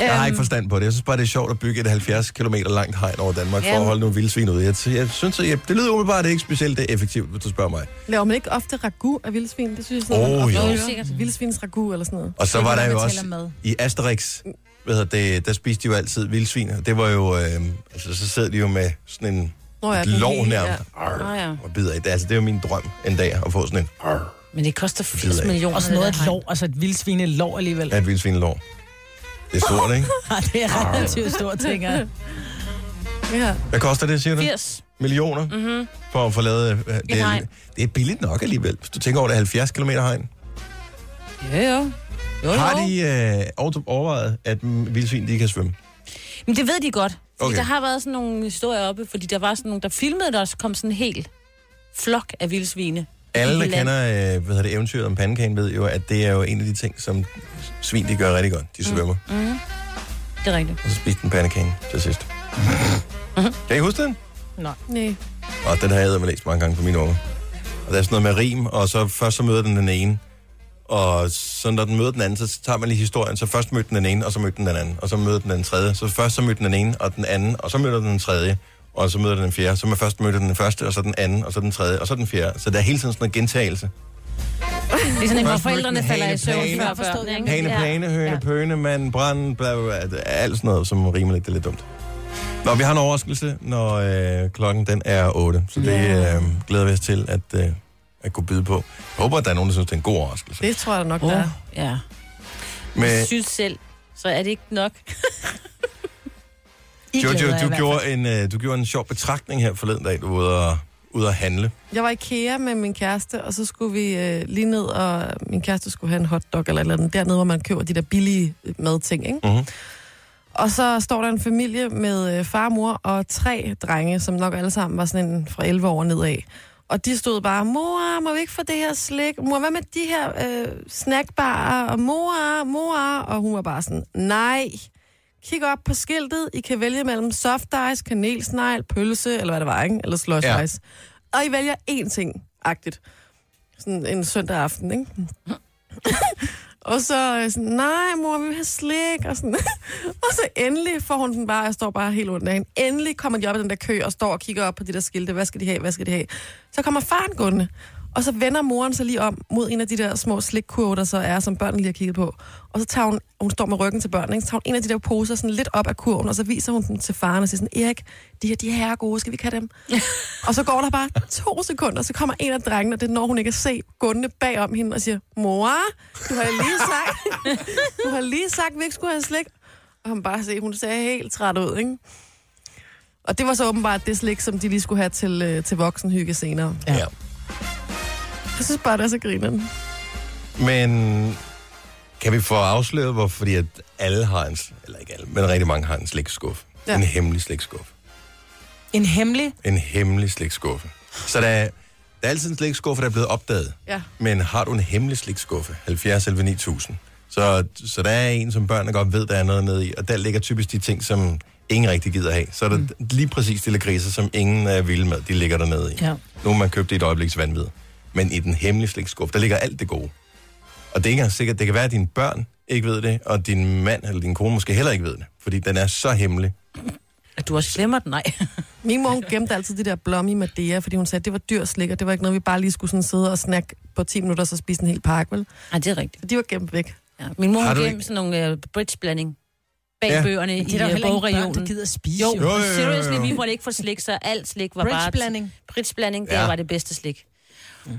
A: Jeg har ikke forstand på det. Jeg synes bare, det er sjovt at bygge et 70 km langt hegn over Danmark for at
C: Jamen.
A: holde nogle vilde svin ud. Jeg, jeg synes, at jeg, det lyder umiddelbart, at det er ikke specielt det er effektivt, hvis du spørger mig.
D: Laver man ikke ofte ragu af vildsvin? Det synes jeg
A: Åh,
D: sådan, oh,
A: jo.
D: man
C: Jo, sikkert.
D: ofte Vildsvins ragu eller sådan noget.
A: Og så
B: Det er
A: var der
B: noget,
A: jo
B: man
A: også
B: tæller med.
A: i Asterix, hvad hedder det, der spiste de jo altid vildsvin. og Det var jo, øh, altså så sidder de jo med sådan en
D: Nå ja,
A: et
D: den
A: lov
D: lille,
A: nærmest.
C: Nå
B: Ah,
A: Ja.
C: ja.
A: Og bider i det. Altså, det er jo min drøm en dag at få sådan en arr,
C: Men det koster
A: ved
C: 80
A: jeg
C: millioner.
B: Og sådan noget
C: det der
B: et lov, altså et vildsvine lov alligevel.
A: af et vildsvinelår. Det er stort, ikke?
B: Ja. det er relativt stort, tænker jeg.
D: Ja.
A: Hvad koster det, siger du?
C: hegn. 80.
A: Millioner mm-hmm. for at få lavet... øh, Det er,
C: hegn.
A: det er billigt nok alligevel. Hvis du tænker over det er 70 km hegn.
C: Jo, jo. jo, jo.
A: Har de øh, over- overvejet, at mm, vildsvin de kan svømme?
C: Men det ved de godt. Fordi
A: Okay.
C: okay. der har været sådan nogle historier oppe, fordi der var sådan nogle, der filmede, der også kom sådan en hel flok af vildsvine.
A: Alle, der
C: Land.
A: kender øh, hvad hedder det, eventyret om pandekagen, ved jo, at det er jo en af de ting, som svin de gør rigtig godt. De svømmer, mm.
C: Det er rigtigt.
A: og så spiser den pandekage til sidst. Kan I huske den?
D: Nej.
A: Og den har jeg med læst mange gange for mine unge. Og der er sådan noget med rim, og så først så møder den den ene. Og så når den møder den anden, så tager man lige historien. Så først mødte den den ene, og så mødte den den anden. Og så mødte den den tredje. Så først så mødte den den ene, og den anden. Og så mødte den den tredje. Og så møder den den fjerde. Så man først mødte den første, og så den anden, og så den tredje, og så den fjerde. Så der er hele tiden sådan noget gentagelse.
C: Det er sådan, en, hvor
A: Først
C: forældrene
A: mødte den
C: falder i
A: hanepæne.
C: søvn før
B: Forstod jeg
C: børnene.
B: ikke.
C: ikke?
A: Hane,
C: Mm. Ja.
A: plane, høne, ja. pøne, mand, brand, bla, bla, bla, alt sådan noget, som rimer lidt. Det er lidt dumt. Nå, vi har en overraskelse, når øh, klokken den er 8. Så det øh, glæder vi os til at, øh, at kunne byde på. Jeg håber, at der er nogen, der synes, det er en god overraskelse.
D: Det tror jeg da nok, der
C: Åh,
D: er.
C: ja. Jeg
A: Men
C: synes selv, så er det ikke nok.
B: I glæder
A: Jojo,
B: jer i hvert
A: du
B: fald.
A: gjorde, en, øh, du gjorde en sjov betragtning her forleden dag, du var ude og, ude at handle.
D: Jeg var i IKEA med min kæreste, og så skulle vi øh, lige ned, og min kæreste skulle have en hotdog eller et eller andet. Dernede, hvor man køber de der billige øh, madting, ikke?
A: Mhm.
D: Og så står der en familie med øh, far, mor og tre drenge, som nok alle sammen var sådan en fra 11 år og nedad. Og de stod bare, mor, må vi ikke få det her slik? Mor, hvad med de her øh, snackbarer? Og mor, mor. Og hun var bare sådan, nej. Kig op på skiltet. I kan vælge mellem soft ice, kanelsnegl, pølse, eller hvad det var, ikke? Eller slush
A: Ja.
D: ja. ice. Og I vælger én ting, agtigt. Sådan en søndag aften, ikke? Og så øh, sådan, nej mor, vi vil have slik, og sådan. og så endelig får hun den bare, jeg står bare helt ondt af hende. Endelig kommer de op i den der kø og står og kigger op på de der skilte, hvad skal de have, hvad skal de have. Så kommer faren gående, og så vender moren sig lige om mod en af de der små slikkurve, der så er, som børnene lige har kigget på. Og så tager hun, hun står med ryggen til børnene, ikke? så tager hun en af de der poser sådan lidt op af kurven, og så viser hun den til faren og siger sådan, Erik, de her, de her er gode, skal vi ikke have dem? og så går der bare to sekunder, så kommer en af drengene, og det når hun ikke at se, gående bagom hende og siger, mor, du har lige sagt, du har lige sagt, vi ikke skulle have slik. Og han bare se, hun ser helt træt ud, ikke? Og det var så åbenbart det slik, som de lige skulle have til, øh, til voksenhygge senere.
A: Ja. ja.
D: Jeg synes bare, det er så grineren.
A: Men kan vi få afsløret, hvor, fordi at alle har en, s- eller ikke alle, men rigtig mange har en slikskuffe. Ja.
D: Ja.
A: En hemmelig slikskuffe.
B: En hemmelig?
A: En hemmelig slikskuffe. Så der, er- der er altid en slikskuffe, der er blevet opdaget.
D: Ja.
A: Men har du en hemmelig slikskuffe, 70 11 9000, så, så der er en, som børnene godt ved, der er noget nede i, og der ligger typisk de ting, som ingen rigtig gider have. Så er der mm. lige præcis de lakridser, som ingen er vilde med, de ligger der nede i.
B: Ja.
A: Nogle man købte i et øjebliks vanvid. Men i den hemmelige slikskuffe, der ligger alt det gode. Og det er ikke engang sikkert, det kan være, at dine børn ikke ved det, og din mand eller din kone måske heller ikke ved det, fordi den er så hemmelig.
C: At du også glemmer den, nej.
D: Min mor hun gemte altid de der blomme i Madeira, fordi hun sagde, at det var dyr slik, og det var ikke noget, vi bare lige skulle sådan sidde og snakke på 10 minutter, og så spise en hel pakke, vel?
C: Nej, det er rigtigt.
D: Så de var gemt væk.
C: Ja. Min mor
A: Har
C: hun
A: du
C: gemte sådan nogle uh, bridgeblanding bag
A: Ja.
C: ja. bøgerne
B: Det er der jo
C: i øh,
B: heller ikke børn, der
C: bogregionen.
B: gider at spise.
C: Jo,
B: Jo.
A: Jo, jo,
B: jo.
A: jo, jo,
C: jo,
A: jo.
C: seriously, vi måtte ikke få slik, så alt slik var bare...
B: Bridgeblanding.
C: Bridgeblanding, det
A: Ja.
C: ja. var det bedste slik.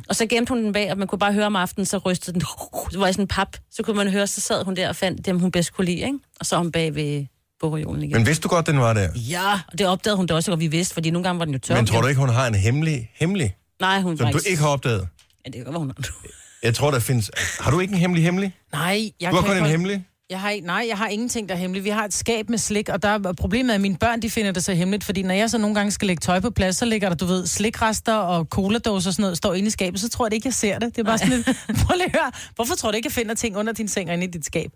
C: Og så gemte hun den bag, og man kunne bare høre om aftenen, så rystede den. Det var i sådan en pap. Så kunne man høre, så sad hun der og fandt dem, hun bedst kunne lide, ikke? Og så var hun bag ved bogreolen igen.
A: Men vidste du godt, den var der?
C: Ja, og det opdagede hun da også, og vi vidste, fordi nogle gange var den jo tør.
A: Men tror du ikke, hun har en hemmelig, hemmelig,
C: Nej, hun
A: som
C: var
A: du ikke har opdaget?
C: Ja, det kan godt være, hun
A: Jeg tror, der findes... Har du ikke en hemmelig hemmelig?
B: Nej, jeg
A: Du har
B: kan
A: kun en
B: godt-
A: hemmelig?
B: Jeg har, ikke- nej, jeg har ingenting, der er hemmeligt. Vi har et skab med slik, og der er problemet er, at mine børn de finder det så hemmeligt, fordi når jeg så nogle gange skal lægge tøj på plads, så ligger der, du ved, slikrester og coladåser og sådan noget, står inde i skabet, så tror jeg det ikke, jeg ser det. Det er bare sådan lidt, prøv lige at høre, hvorfor tror du ikke, jeg finder ting under din seng og inde i dit skab?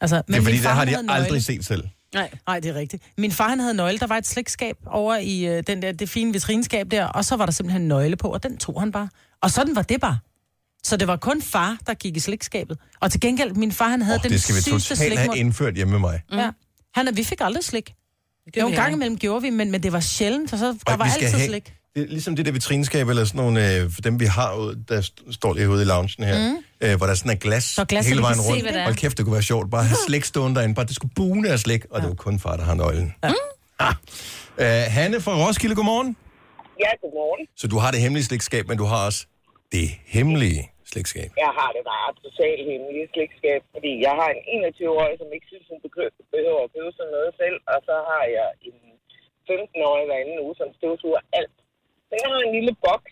B: Altså, men
A: Det er
B: min
A: fordi,
B: far,
A: der har
B: han
A: de
B: havde
A: aldrig
B: nøgle.
A: set selv.
C: Nej.
B: Nej, det er rigtigt. Min far, han havde nøgle. Der var et slægtskab over i øh, den der, det fine vitrineskab der, og så var der simpelthen en nøgle på, og den tog han bare. Og sådan var det bare. Så det var kun far, der gik i slægtskabet. Og til gengæld, min far, han havde
A: Oh,
B: den
A: det skal vi
B: sygeste
A: totalt have
B: slikmund.
C: Mm.
A: indført hjemme med mig.
B: Ja. Han, er- vi fik aldrig slik.
C: Det
B: Jo, en
C: vi
B: gang
C: ikke.
B: imellem gjorde vi, men, men det var sjældent, så, så der
A: Og
B: var
A: vi skal
B: altid
A: have-
B: slik.
A: Det er ligesom det der vitrineskab, eller sådan nogle, øh, for dem vi har ude, der st- står lige ude i loungen her, mm. øh, hvor der sådan er glas,
B: er glas, så
A: hele
B: vi
A: vejen
B: kan se,
A: rundt.
C: hvad der er.
A: Hold kæft, det kunne være sjovt. Bare at have slik stående derinde, bare det skulle bune af slik, og det var kun far, der har nøglen. Ja. Ah. Øh, Hanne fra Roskilde, godmorgen.
G: Ja, godmorgen.
A: Så du har det hemmelige slikskab, men du har også det hemmelige slikskab.
G: Jeg har det bare totalt hemmelige slægtskab, fordi jeg har en 21-årig, som ikke synes, hun bekø- behøver at købe sådan noget selv, og så har jeg en 15-årig hver anden uge, som støvsuger alt. Så jeg har en lille boks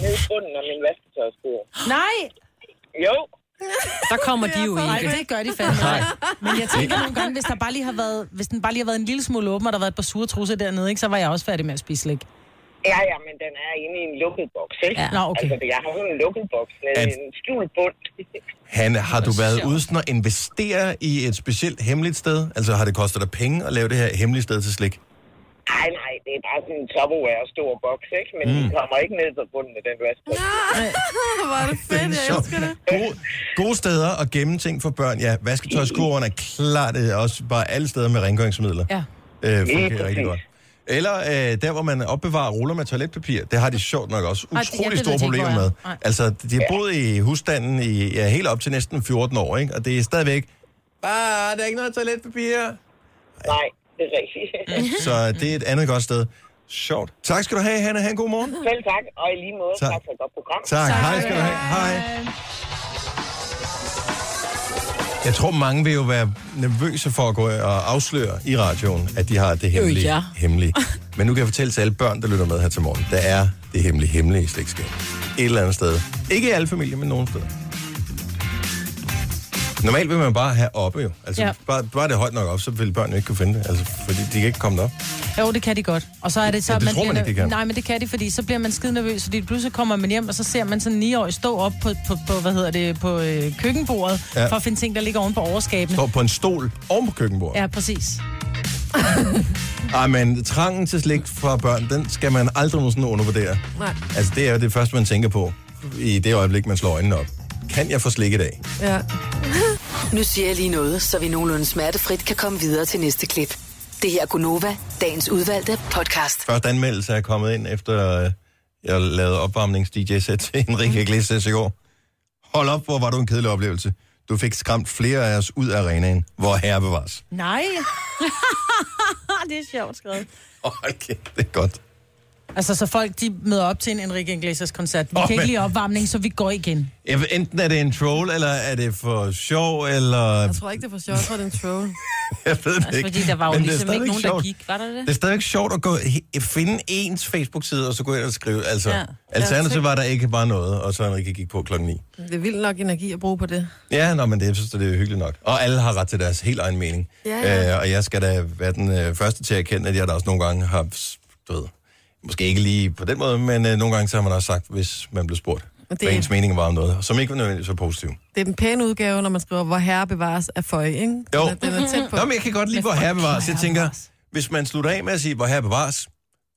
G: nede i bunden af min vasketøjskur.
B: Nej,
G: Jo,
C: Der kommer de jo
B: nej,
C: ikke.
B: det gør de fandme. Nej. Men jeg tænker nogle gange, hvis, der bare lige har været, hvis den bare lige har været en lille smule åben, og der har været et par sure trusser dernede, ikke, så var jeg også færdig med at spise slik.
G: ja, ja, men den er inde i en lukket boks, ikke?
B: Ja. Nå, okay.
G: Altså, jeg har sådan en lukket boks nede i
A: At-
G: en skjult bund.
A: Hanne, har du været ude sådan at investere i et specielt hemmeligt sted? Altså har det kostet dig penge at lave det her hemmelige sted til slik?
G: Nej, nej, det er bare sådan en topperware stor boks, ikke? Men mm. den kommer ikke ned på bunden af den vasketøjskur.
D: Hvor er det fedt, jeg elsker det.
A: Gode, gode steder at gemme ting for børn. Ja, vasketøjskurven er klart øh, også bare alle steder med rengøringsmidler.
B: Ja.
A: Øh, fungerer
G: præcis.
A: rigtig godt. Eller øh, der, hvor man opbevarer ruller med toiletpapir. Det har de sjovt nok også
B: Ej, det- ja,
A: utrolig
B: det
A: store
B: ved jeg ikke, hvor
A: problemer
B: jeg er.
A: med.
B: Nej.
A: Altså, de har boet i husstanden i, ja, helt op til næsten 14 år, ikke? og det er stadigvæk... Bare, der er ikke noget toiletpapir.
G: Nej, det er rigtigt.
A: Så det er et andet godt sted. Sjovt. Tak skal du have, Hanna. Ha' en god morgen.
G: Selv tak, og i lige måde,
A: Tak.
G: tak, tak for et godt program.
A: Tak. Hej skal du have. Hej. Jeg tror, mange vil jo være nervøse for at gå og afsløre i radioen, at de har det hemmelige.
C: ja.
A: hemmelige. Men nu kan jeg fortælle til alle børn, der lytter med her til morgen, der er det hemmelige, hemmelige slægtskab. Et eller andet sted. Ikke i alle familier, men nogen steder. Normalt vil man bare have oppe jo. Altså, ja.
B: Ja.
A: bare, bare det er højt nok op, så vil børnene ikke kunne finde det. Altså, fordi de kan ikke komme derop.
B: Jo, det kan de godt. Og så er det så,
A: Ja, det
B: man
A: tror man
B: bliver,
A: ikke, de kan.
B: Nej, men det kan de, fordi så bliver man skide nervøs, fordi pludselig kommer man hjem, og så ser man sådan en 9-årig stå op på, på, på hvad hedder det, på øh, køkkenbordet,
A: Ja.
B: ja. for at finde ting, der ligger oven på overskabene.
A: Står på en stol oven på køkkenbordet.
B: Ja, præcis.
A: Ej, men trangen til slik fra børn, den skal man aldrig nogensinde undervurdere.
D: Nej.
A: Altså, det er jo det første, man tænker på i det øjeblik, man slår øjnene op. Kan jeg få slik i dag?
D: Ja.
E: Nu siger jeg lige noget, så vi nogenlunde smertefrit kan komme videre til næste klip. Det her er Gunova, dagens udvalgte podcast.
A: Første anmeldelse er kommet ind, efter øh, jeg lavede opvarmnings-DJ-sæt til Enrique Iglesias i går. Hold op, hvor var du en kedelig oplevelse. Du fik skræmt flere af os ud af arenaen, hvor herre bevares.
B: Nej.
C: Ah, det er sjovt skrevet.
A: Okay, det er godt.
B: Altså, så folk, de møder op til en Enrique Iglesias koncert. Vi
A: Åh,
B: oh, kan ikke
A: men-
B: lide opvarmning, så vi går igen.
A: Ja, Enten er det en troll, eller er det for sjov, eller...
D: Jeg tror ikke, det er for sjovt, for den troll.
A: Jeg ved det ikke.
C: Fordi der var jo
A: Men det er
C: ligesom ikke
A: stadigvæk
C: nogen,
A: sjovt.
C: der gik. Var der det?
A: Det er stadigvæk sjovt at gå, he- finde ens Facebook-side, og så gå ind og skrive. Altså, ja.
C: Ja.
A: alternativet var der ikke bare noget, og så Enrique gik på klokken 9.
D: Det er vildt nok energi at bruge på det.
A: Ja, nå, men det, jeg synes, det er hyggeligt nok. Og alle har ret til deres helt egen mening.
D: Ja, ja.
A: Øh, og jeg skal da være den øh, første til at erkende, at jeg da også nogle gange har, du ved, måske ikke lige på den måde, men øh, nogle gange så har man også sagt, hvis man blev spurgt, det...
D: Det-
A: hvad ens mening var om noget, som ikke var nødvendigvis så positiv.
D: Det er den pæne udgave, når man skriver, hvor herre bevares af føje, ikke?
A: Jo.
D: Den er, den er tæt på.
A: Nå, men jeg kan godt lide, hvor herre bevares. Jeg tænker, hvis man slutter af med at sige, hvor herre bevares,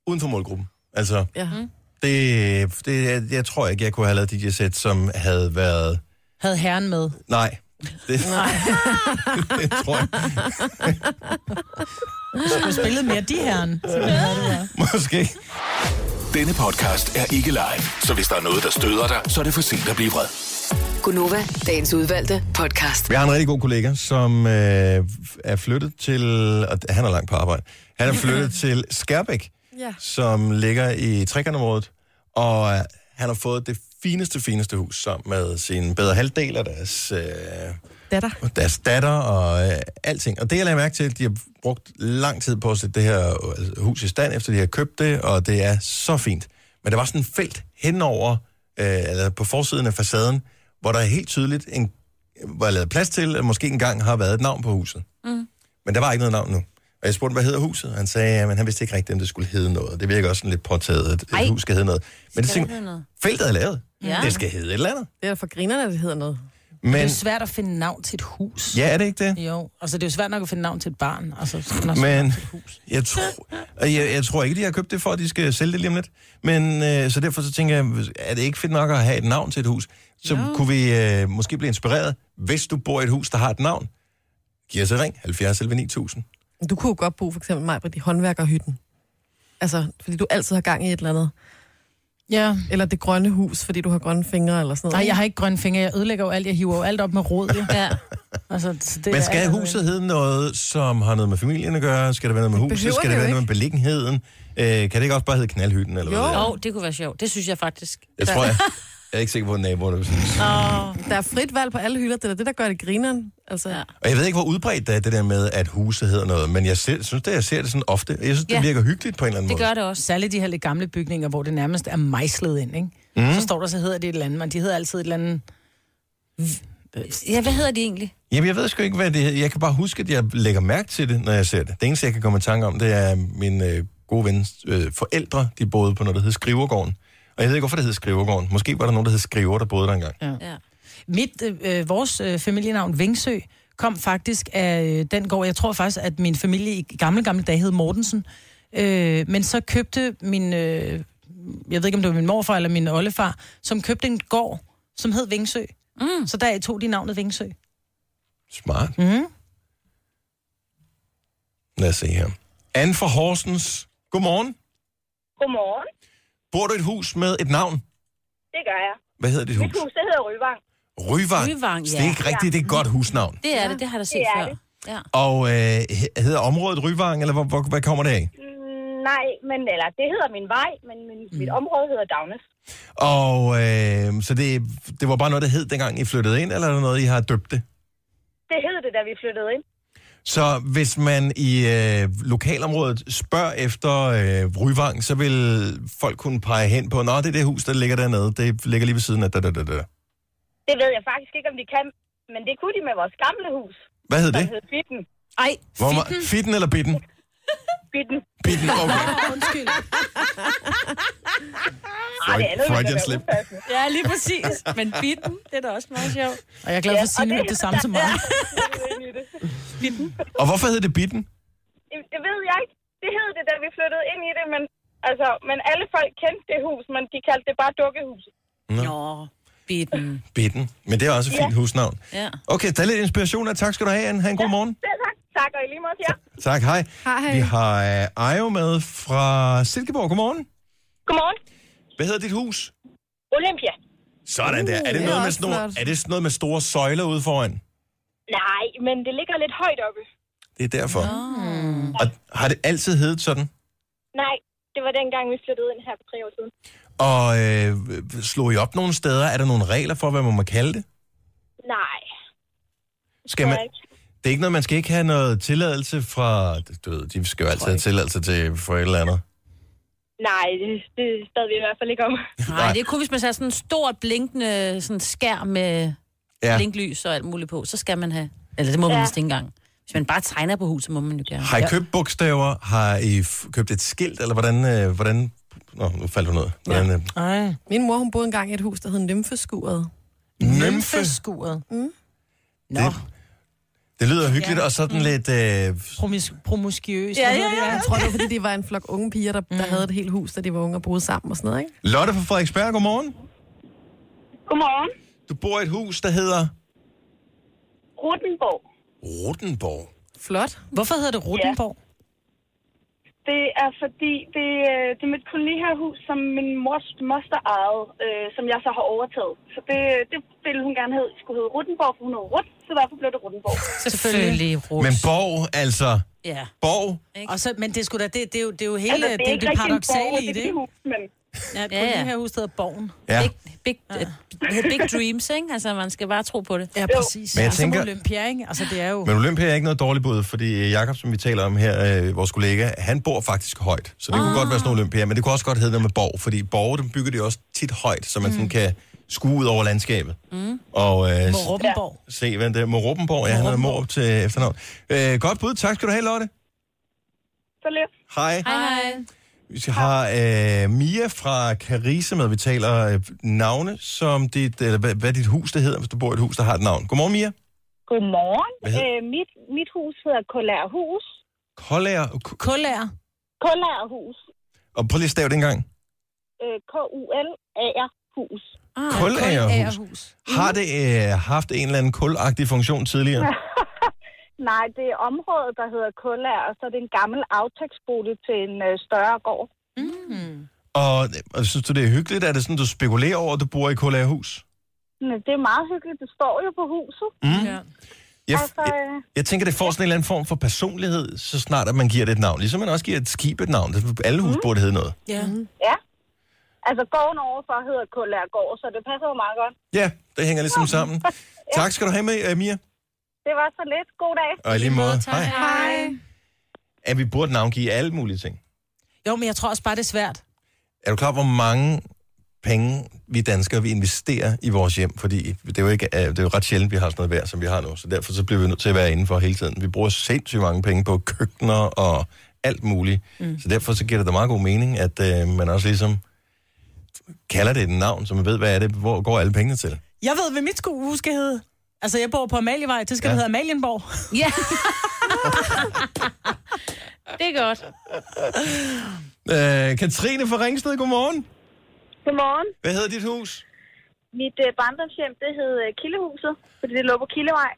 A: uden for målgruppen. Altså,
D: Ja.
A: Det, det, jeg, jeg tror ikke, jeg kunne have lavet DJ-sæt, som havde været...
B: Havde herren med.
A: Nej. Det, Nej. det tror jeg
B: Du spillede mere de herren.
A: måske ikke.
F: Denne podcast er ikke live, så hvis der er noget, der støder dig, så er det for sent at blive vred.
E: Gunova, dagens udvalgte podcast.
A: Vi har en rigtig god kollega, som øh, er flyttet til... Og han er langt på arbejde. Han er flyttet til Skærbæk,
D: Ja.
A: som ligger i trekantområdet. Og øh, han har fået det fineste, fineste hus sammen med sin bedre halvdel og deres... Øh,
D: Datter.
A: og deres datter og øh, alting. Og det, jeg lagde mærke til, at de har brugt lang tid på at sætte det her øh, hus i stand, efter de har købt det, og det er så fint. Men der var sådan en felt henover, øh, eller på forsiden af facaden, hvor der er helt tydeligt en, var lavet plads til, at måske engang har været et navn på huset. Mm. Men der var ikke noget navn nu. Og jeg spurgte, hvad hedder huset? Og han sagde, at han vidste ikke rigtigt, om det skulle hedde noget. Det virker også sådan lidt påtaget, at et
C: Ej.
A: hus skal hedde noget. Men det
C: Skal det
A: tænkte,
C: hedde noget?
A: feltet er lavet.
C: Ja.
A: Det skal hedde et eller andet.
D: Det er for grinerne, at det hedder noget.
B: Det er
A: Men,
B: jo svært at finde navn til et hus.
A: ja, er det ikke det?
B: Jo, altså det er jo svært nok at finde navn til et barn. Altså, sådan også-
A: Men jeg, tror, og jeg, jeg tror ikke, de har købt det for, at de skal sælge det lige om lidt. Men øh, så derfor så tænker jeg, er det ikke fedt nok at have et navn til et hus? Så no. kunne vi øh, måske blive inspireret, hvis du bor i et hus, der har et navn. Giv os et ring, 70 11 9000.
D: Du kunne jo godt bruge for eksempel mig på de håndværkerhytten. Altså, fordi du altid har gang i et eller andet.
B: Ja.
D: Eller det grønne hus, fordi du har grønne fingre eller sådan noget.
B: Nej, jeg har ikke grønne fingre. Jeg ødelægger jo alt. Jeg hiver jo alt op med rod. Jo.
C: Ja.
B: Altså, så det
A: Men
B: er
A: skal
B: alt-
A: huset hedde noget, som har noget med familien at gøre? Skal det være noget med huset?
D: behøver
A: Skal
D: det
A: det være
D: jo
A: noget
D: ikke.
A: med beliggenheden? Øh, kan det ikke også bare hedde knaldhytten? Eller Hvad ved jeg?
C: Jo, det kunne være sjovt. Det synes jeg faktisk.
A: jeg tror, jeg, jeg er ikke sikker på, at naboerne vil synes.
D: Der er frit valg på alle hylder. Det er da det, der gør det grineren. Altså, ja.
C: Ja.
A: Og jeg ved ikke, hvor udbredt det er, det der med, at huset hedder noget. Men jeg ser, synes, det, jeg ser det sådan ofte. Jeg synes, det
C: Ja.
A: virker hyggeligt på en eller anden
C: Det
A: måde.
C: gør det også.
B: Særligt de her lidt gamle bygninger, hvor det nærmest er mejslet ind, ikke?
A: Mhm.
B: Mm. Så står der, så hedder det et eller andet, men de hedder altid et eller andet...
C: Ja, hvad hedder de egentlig?
A: Jamen, jeg ved sgu ikke, hvad det er. Jeg kan bare huske, at jeg lægger mærke til det, når jeg ser det. Det eneste, jeg kan komme i tanke om, det er min øh, gode vens øh, forældre, de boede på noget, der hed Skrivergården. Og jeg ved ikke, hvorfor det hed Skrivergården. Måske var der nogen, der hed Skriver, der boede der engang. Ja.
C: Ja.
B: Mit, øh, øh, vores øh, familienavn Vingsø kom faktisk af øh, den gård. Jeg tror faktisk, at min familie i gamle, gamle dage hed Mortensen. Øh, men så købte min, øh, jeg ved ikke om det var min morfar eller min oldefar, som købte en gård, som hed Vingsø. Mm. Så der tog de navnet Vingsø.
A: Smart. Mm.
C: Mhm.
A: Lad os se her. Anne fra Horsens. Godmorgen.
H: Godmorgen.
A: Bor du i et hus med et navn?
H: Det gør jeg.
A: Hvad hedder dit hus?
H: Mit hus, det hedder Ryvang.
A: Ryvang.
C: Ryvang,
A: Så
C: ja.
A: Det er ikke rigtigt, det er et godt husnavn.
C: Det er det, det har jeg da set
H: Det er
C: før.
H: det.
C: Ja.
A: Og øh, he- hedder området Ryvang, eller hvor, hvor, hvad kommer det af?
H: Mm, nej, men eller det hedder min vej, men min, mm. mit område hedder Dagnes.
A: Og øh, så det, det var bare noget, der hed dengang, I flyttede ind, eller er det noget, I har døbt det?
H: Det hed det, da vi flyttede ind.
A: Så hvis man i øh, lokalområdet spørger efter øh, Ryvang, så vil folk kunne pege hen på, nå, det er det hus, der ligger dernede, det ligger lige ved siden af da, da, da, da.
H: Det ved jeg faktisk ikke, om de kan, men det kunne de med vores gamle hus,
A: Hvad hed
H: der
A: det?
H: hed Bitten.
C: Ej,
A: Hvor, fitten? fitten eller bitten?
H: Bitten.
A: Bitten, okay.
B: Undskyld.
H: Ej, det andet ville
A: Freudian
H: da være
A: slip.
H: upassende.
C: ja, lige præcis. Men bitten, det er da også meget sjovt.
B: Og jeg er glad for, at Signe
H: og det-
B: hørte det samme som mig.
H: Jeg ved ikke i det.
A: Og hvorfor hed det bitten?
H: Jamen, Det ved jeg ikke. Det hed det, da vi flyttede ind i det, men, altså, men alle folk kendte det hus, men de kaldte det bare dukkehuset.
C: Nå, bitten.
A: Bitten. Men det er også et fint husnavn.
C: Ja.
A: Okay, der er lidt inspiration af. Tak skal du have, Anne. Ha' en god morgen.
H: Selv tak. Tak, og i lige måde til jer.
A: Tak, hej.
D: Hej.
A: Vi har øh, Ajo med fra Silkeborg. Godmorgen.
H: Godmorgen.
A: Hvad hedder dit hus?
H: Olympia.
A: Sådan der. Er det,
D: Uh, det
A: noget
D: er
A: med
D: også
A: sådan nogle,
D: flot.
A: er det sådan noget med store søjler ude foran?
H: Nej, men det ligger lidt højt oppe.
A: Det er derfor. Og har det altid heddet sådan?
H: Nej, det var dengang, vi flyttede ind her for tre år siden.
A: Og øh, slog I op nogle steder? Er der nogle regler for, hvad man må kalde det?
H: Nej,
A: Skal man,
H: jeg ikke.
A: det er ikke noget, man skal ikke have noget tilladelse fra... Du ved, de skal jo altid have tilladelse til for et eller andet.
H: Nej, det, det stod vi i hvert fald ikke om.
A: Nej.
C: Nej, det er kun, hvis man sætter sådan en stort blinkende sådan skærm med
A: Ja.
C: ja. blinklys og alt muligt på, så skal man have... Eller det må man
H: Ja.
C: ja. ikke engang. Hvis man bare tegner på huset, må man jo gerne.
A: Har I købt bogstaver? Har I f- købt et skilt? Eller hvordan... Øh, hvordan Nå, nu faldt hun ned. Hvordan, øh,
B: Ej.
D: Min mor, hun boede engang i et hus, der hed Nymfeskuret.
A: nymfe.
B: Nymfeskuret. Mm. Nå,
A: Det, det lyder hyggeligt, og sådan lidt... Øh,
B: promis- promuskiøs.
C: Ja,
B: Hvad hedder
C: ja,
B: det?
D: Jeg tror, det var, fordi det var en flok unge piger, der, der havde et helt hus, da de var unge og boede sammen og sådan noget, ikke?
A: Lotte fra Frederiksberg, godmorgen.
H: Godmorgen.
A: Du bor i et hus, der hedder
H: Rutenborg.
A: Rotenborg.
D: Flot.
B: Hvorfor hedder det Rutenborg?
H: Det er fordi, det, øh, det er mit kolonihavehus, som min mors moster ejede, øh, som jeg så har overtaget. Så det, det ville hun gerne hedde. skulle hedde Rutenborg, for hun hedder Rut, så derfor blev det Rutenborg.
C: Selvfølgelig rus.
A: Men borg, altså...
C: Ja.
A: Borg.
C: Ikke?
B: Og så, men det, er sgu da, det, det, er jo, det er jo hele
H: Altså,
B: det, det, er jo det paradoxale i det.
H: det er
B: ikke?
H: hus, men
B: Ja, kun
C: Ja, ja.
B: ja. her huset hedder Borgen.
A: Ja.
C: Big, big, ja. big dreams, ikke? Altså, man skal bare tro på det.
B: Ja, præcis. Men jeg tænker... Som Olympia, ikke? Altså, det er jo...
A: Men Olympia er ikke noget dårligt bud, fordi øh, Jakob, som vi taler om her, øh, vores kollega, han bor faktisk højt. Så det ah. kunne godt være sådan en Olympia, men det kunne også godt hedde noget med borg, fordi borg, dem bygger de også tit højt, så man mm. sådan kan skue ud over landskabet. Mm. Og øh,
B: På Ruppenborg.
A: se, hvad det er. Morupenborg, ja, han hedder Morup til efternavn. Øh, godt bud. Tak skal du have, Lotte.
H: så lidt.
A: Hej.
C: Hej, hej.
A: Vi skal have øh, Mia fra Carise med. Vi taler øh, navne, som dit, eller hvad, hvad dit hus det hedder, hvis du bor i et hus, der har et navn. Godmorgen, Mia.
H: Godmorgen.
A: Hvad hedder-
H: Øh, mit, mit hus hedder Kolærhus.
A: Kollager. K-
B: Kullager.
H: Kolærhus.
A: og prøv lige at stave det engang.
H: Øh, K-U-L-A-R-hus.
C: Ah,
A: Kulagerhus.
B: Kulagerhus.
A: Har det øh, haft en eller anden kulagtig funktion tidligere?
H: Nej, det er området, der hedder Kulla, og så er det en gammel aftægtsbolig til en øh, større gård.
A: Og, og synes du, det er hyggeligt? Er det sådan, du spekulerer over, at du bor i Kulahus?
H: Men øh, det er meget hyggeligt, det står jo på huset.
B: Mm. Ja.
A: Jeg,
H: Altså,
A: jeg,
H: øh,
A: jeg tænker, det får sådan en eller anden form for personlighed, så snart at man giver det et navn. Ligesom man også giver et skib et navn. Det- Alle
H: Mm.
A: hus burde hedde noget.
C: Ja.
H: ja. Altså, gården overfor hedder Kulla Gård, så det passer jo meget godt.
A: Ja, det hænger ligesom sammen. Tak skal du have med, øh, Mia.
H: Det var så lidt. God dag.
A: Og i lige måde.
B: tak.
A: Hej. At vi burde navngive alle mulige ting.
B: Jo, men jeg tror også bare, det er svært.
A: Er du klar over, hvor mange penge vi danskere vi investerer i vores hjem? Fordi det er jo, ikke, øh, det er jo ret sjældent, vi har sådan noget vejr, som vi har nu. Så derfor så bliver vi nødt til at være indenfor hele tiden. Vi bruger sindssygt mange penge på køkkener og alt muligt. Mm. Så derfor så giver det da meget god mening, at øh, man også ligesom kalder det et navn, så man ved, hvad er det, hvor går alle pengene til.
B: Jeg ved, hvad mit sko- hus skal hedde. Altså, jeg bor på Amalievej, det skal
A: Ja.
B: ja. hedde Amalienborg.
C: ja. det er godt.
A: Øh, Katrine fra Ringsted, godmorgen.
H: Godmorgen.
A: Hvad hedder dit hus?
H: Mit øh, barndomshjem, det hed øh, Kildehuset, fordi det lå på Kildevej.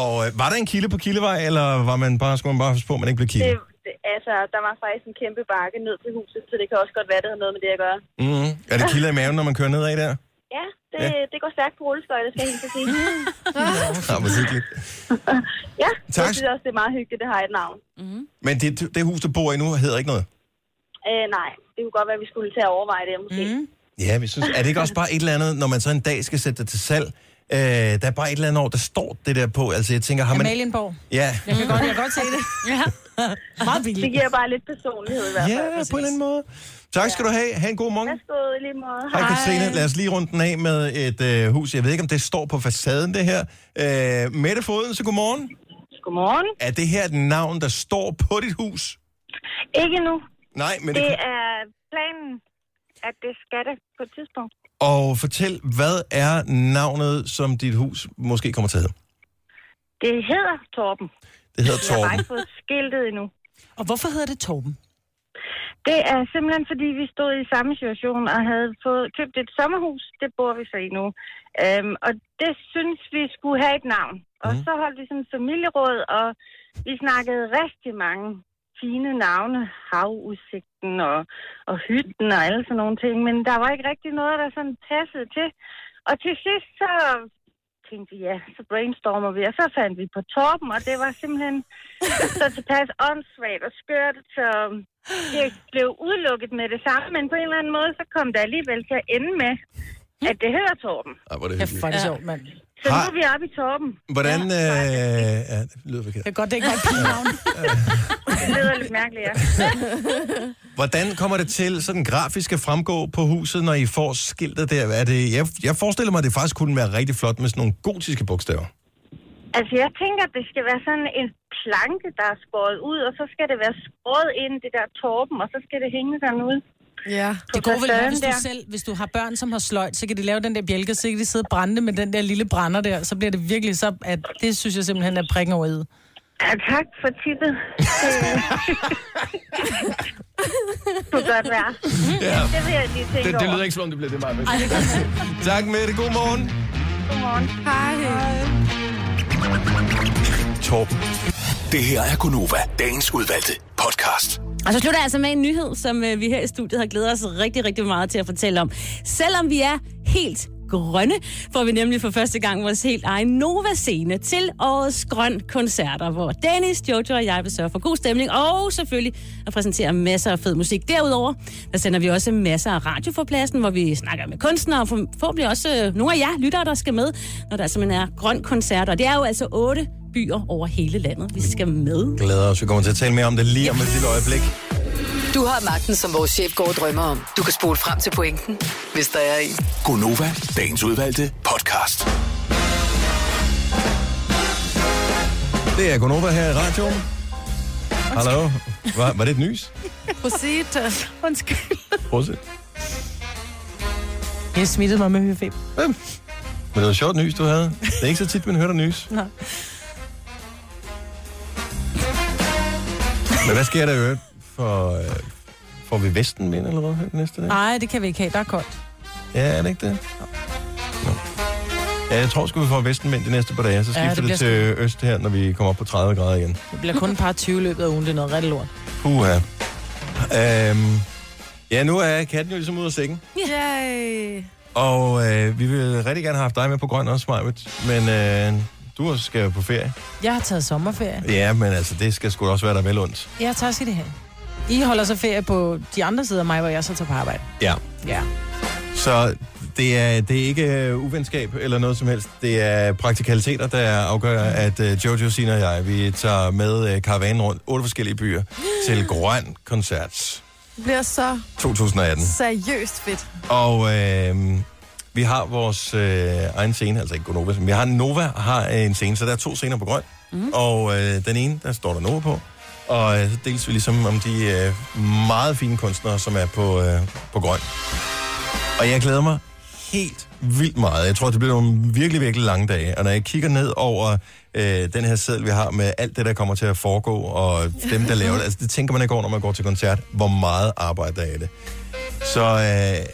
A: Og øh, var der en kilde på Kildevej, eller var man bare, skulle man bare huske på, at man ikke blev kilde?
H: Det, det, altså, der var faktisk en kæmpe bakke ned til huset, så det kan også godt være, det har noget med det at gøre.
A: Mm-hmm. Er det kilder i maven, når man kører nedad der?
H: Ja, det, ja. det går stærkt på rulleskøjter, skal jeg helt sige.
A: Ja, hvor hyggeligt.
H: ja,
A: Tak.
H: jeg synes også, det er meget hyggeligt, det har et navn.
A: Men det, det hus, du bor i nu, hedder ikke noget?
H: Øh, nej, det kunne godt være, at vi skulle til at overveje det måske. Mm.
A: Ja, vi synes, er det ikke også bare et eller andet, når man så en dag skal sætte det til salg? Øh, der er bare et eller andet år, der står det der på. Altså, jeg tænker, har man...
B: Amalienborg.
A: Ja,
B: Jeg kan, godt, jeg kan godt se det.
C: Ja.
B: Meget
H: Det
B: billigt.
H: giver bare lidt personlighed i hvert
A: ja altså.
H: fald.
A: på en eller anden måde. Tak skal du have. Ha' en god morgen.
H: Værsgo, i lige måde.
A: Hej, Katrine. Lad os lige runde den af med et øh, hus. Jeg ved ikke, om det står på facaden, det her. Øh, Mette Foden, så godmorgen.
H: Godmorgen.
A: Er det her et navn, der står på dit hus?
H: Ikke nu.
A: Nej, men...
H: Det
A: Det...
H: er planen, at det skal det på et tidspunkt.
A: Og fortæl, hvad er navnet, som dit hus måske kommer til at hedde?
H: Det hedder Torben.
A: Det hedder
H: Jeg har bare
A: Torben.
H: ikke fået skiltet endnu.
B: Og hvorfor hedder det Torben?
H: Det er simpelthen, fordi vi stod i samme situation og havde fået købt et sommerhus. Det bor vi så i nu. Øhm, og det synes vi skulle have et navn. Og så holdt vi sådan en familieråd, og vi snakkede rigtig mange fine navne. Havudsigten og, og hytten og alle sådan nogle ting. Men der var ikke rigtig noget, der sådan passede til. Og til sidst så tænkte vi, ja, så brainstormer vi, og så fandt vi på Torben, og det var simpelthen så tilpas åndssvagt og skørt, så det blev udelukket med det samme, men på en eller anden måde, så kom det alligevel til at ende med, at det hedder Torben.
A: Ej, hvor er det
B: Ja,
A: hyggeligt.
B: for det er sjovt, mand. Det
H: Så nu
A: Har-
H: er vi oppe i Torben.
A: Hvordan... Øh, ja, det lyder forkert.
B: er godt, det er ikke godt pigenavn.
H: Det lyder lidt mærkeligt, ja.
A: Hvordan kommer det til sådan grafisk at fremgå på huset, når I får skiltet der? Er det, jeg, jeg forestiller mig, at det faktisk kunne være rigtig flot med sådan nogle gotiske bogstaver.
H: Altså, jeg tænker, at det skal være sådan en planke, der er skåret ud, og så skal det være skåret ind, det der Torben, og så skal det hænge sådan ud.
D: Ja.
H: på
B: Det går vel være,
H: facaden
B: hvis du
H: der.
B: selv, hvis du har børn, som har sløjt, så kan de lave den der bjælke, så kan de sidde og brænde det med den der lille brænder der. Så bliver det virkelig så, at det synes jeg simpelthen er prikken over i.
H: Ja, tak for tippet. Det- det kunne godt være.
A: Ja.
H: Det vil jeg lige tænke over.
A: ikke, som om det bliver det meget Tak, Mette. God morgen.
H: Godmorgen.
A: Torben.
F: Det her er Gunova, dagens udvalgte podcast.
C: Og så slutter jeg altså med en nyhed, som øh, vi her i studiet har glædet os rigtig, rigtig meget til at fortælle om. Selvom vi er helt grønne, får vi nemlig for første gang vores helt egen Nova-scene til årets Grøn Koncerter, hvor Dennis, Jojo og jeg vil sørge for god stemning, og selvfølgelig at præsentere masser af fed musik. Derudover, der sender vi også masser af radio for pladsen, hvor vi snakker med kunstnere, og for- forhåbentlig også øh, nogle af jer lyttere, der skal med, når der simpelthen er Grøn Koncert, og det er jo altså otte byer over hele landet, vi skal med.
A: Glæder os. Vi kommer til at tale mere om det lige om et lille øjeblik.
E: Du har magten, som vores chef går og drømmer om. Du kan spole frem til pointen, hvis der er en.
F: Gunova, dagens udvalgte podcast.
A: Det er Gunova her i radioen. Hallo. Var, var det et nys?
D: Prosit.
B: Undskyld.
A: Prøv at se.
B: Jeg smittede mig med hyfeb.
A: Men det var sjovt nys, du havde. Det er ikke så tit, man hører der nys.
B: Nej.
A: Men hvad sker der i øvrigt for... Øh, får vi Vesten med, eller
B: Ah.
A: hvad, næste dag?
B: Nej, det kan vi ikke have. Der er koldt.
A: Ja, er det ikke det? Nå. Ja, jeg tror sgu, vi får vestenvind de næste par dage, så skifter
B: Ja,
A: ja,
B: det
A: det,
B: bliver
A: det til øst her, når vi kommer op på 30 grader igen.
B: Det bliver kun et par 20 i løbet af ugen. Det er noget rigtig lort.
A: Puha. Øhm, ja, nu er katten jo ligesom ude af sækken.
D: Yay.
A: Og øh, vi ville rigtig gerne have haft dig med på grøn også, Majbet. Men øh, du også skal jo på ferie.
B: Jeg har taget sommerferie.
A: Ja, men altså, det skal sgu da også være dig vel ondt.
B: Jeg tager sig det her. I holder så ferie på de andre sider af mig, hvor jeg så tager på arbejde.
A: Ja.
B: Ja.
A: Så det er, det er ikke øh, uvenskab eller noget som helst. Det er praktikaliteter, der afgør, at øh, Jojo, Sina og jeg, vi tager med øh, karavanen rundt otte forskellige byer til Grøn Koncert
D: Det bliver så
A: 2018.
D: seriøst fedt.
A: Og øh, vi har vores øh, egen scene, altså ikke Gonova, men vi har Nova har øh, en scene, så der er to scener på grøn. Mm. Og øh, den ene, der står der Nova på. Og øh, så dels vi ligesom om de øh, meget fine kunstnere, som er på, øh, på grøn. Og jeg glæder mig helt vildt meget. Jeg tror, det bliver nogle virkelig, virkelig lange dage. Og når jeg kigger ned over øh, den her seddel, vi har med alt det, der kommer til at foregå, og dem, der laver det, altså det tænker man ikke over, når man går til koncert, hvor meget arbejde der er i det. Så øh,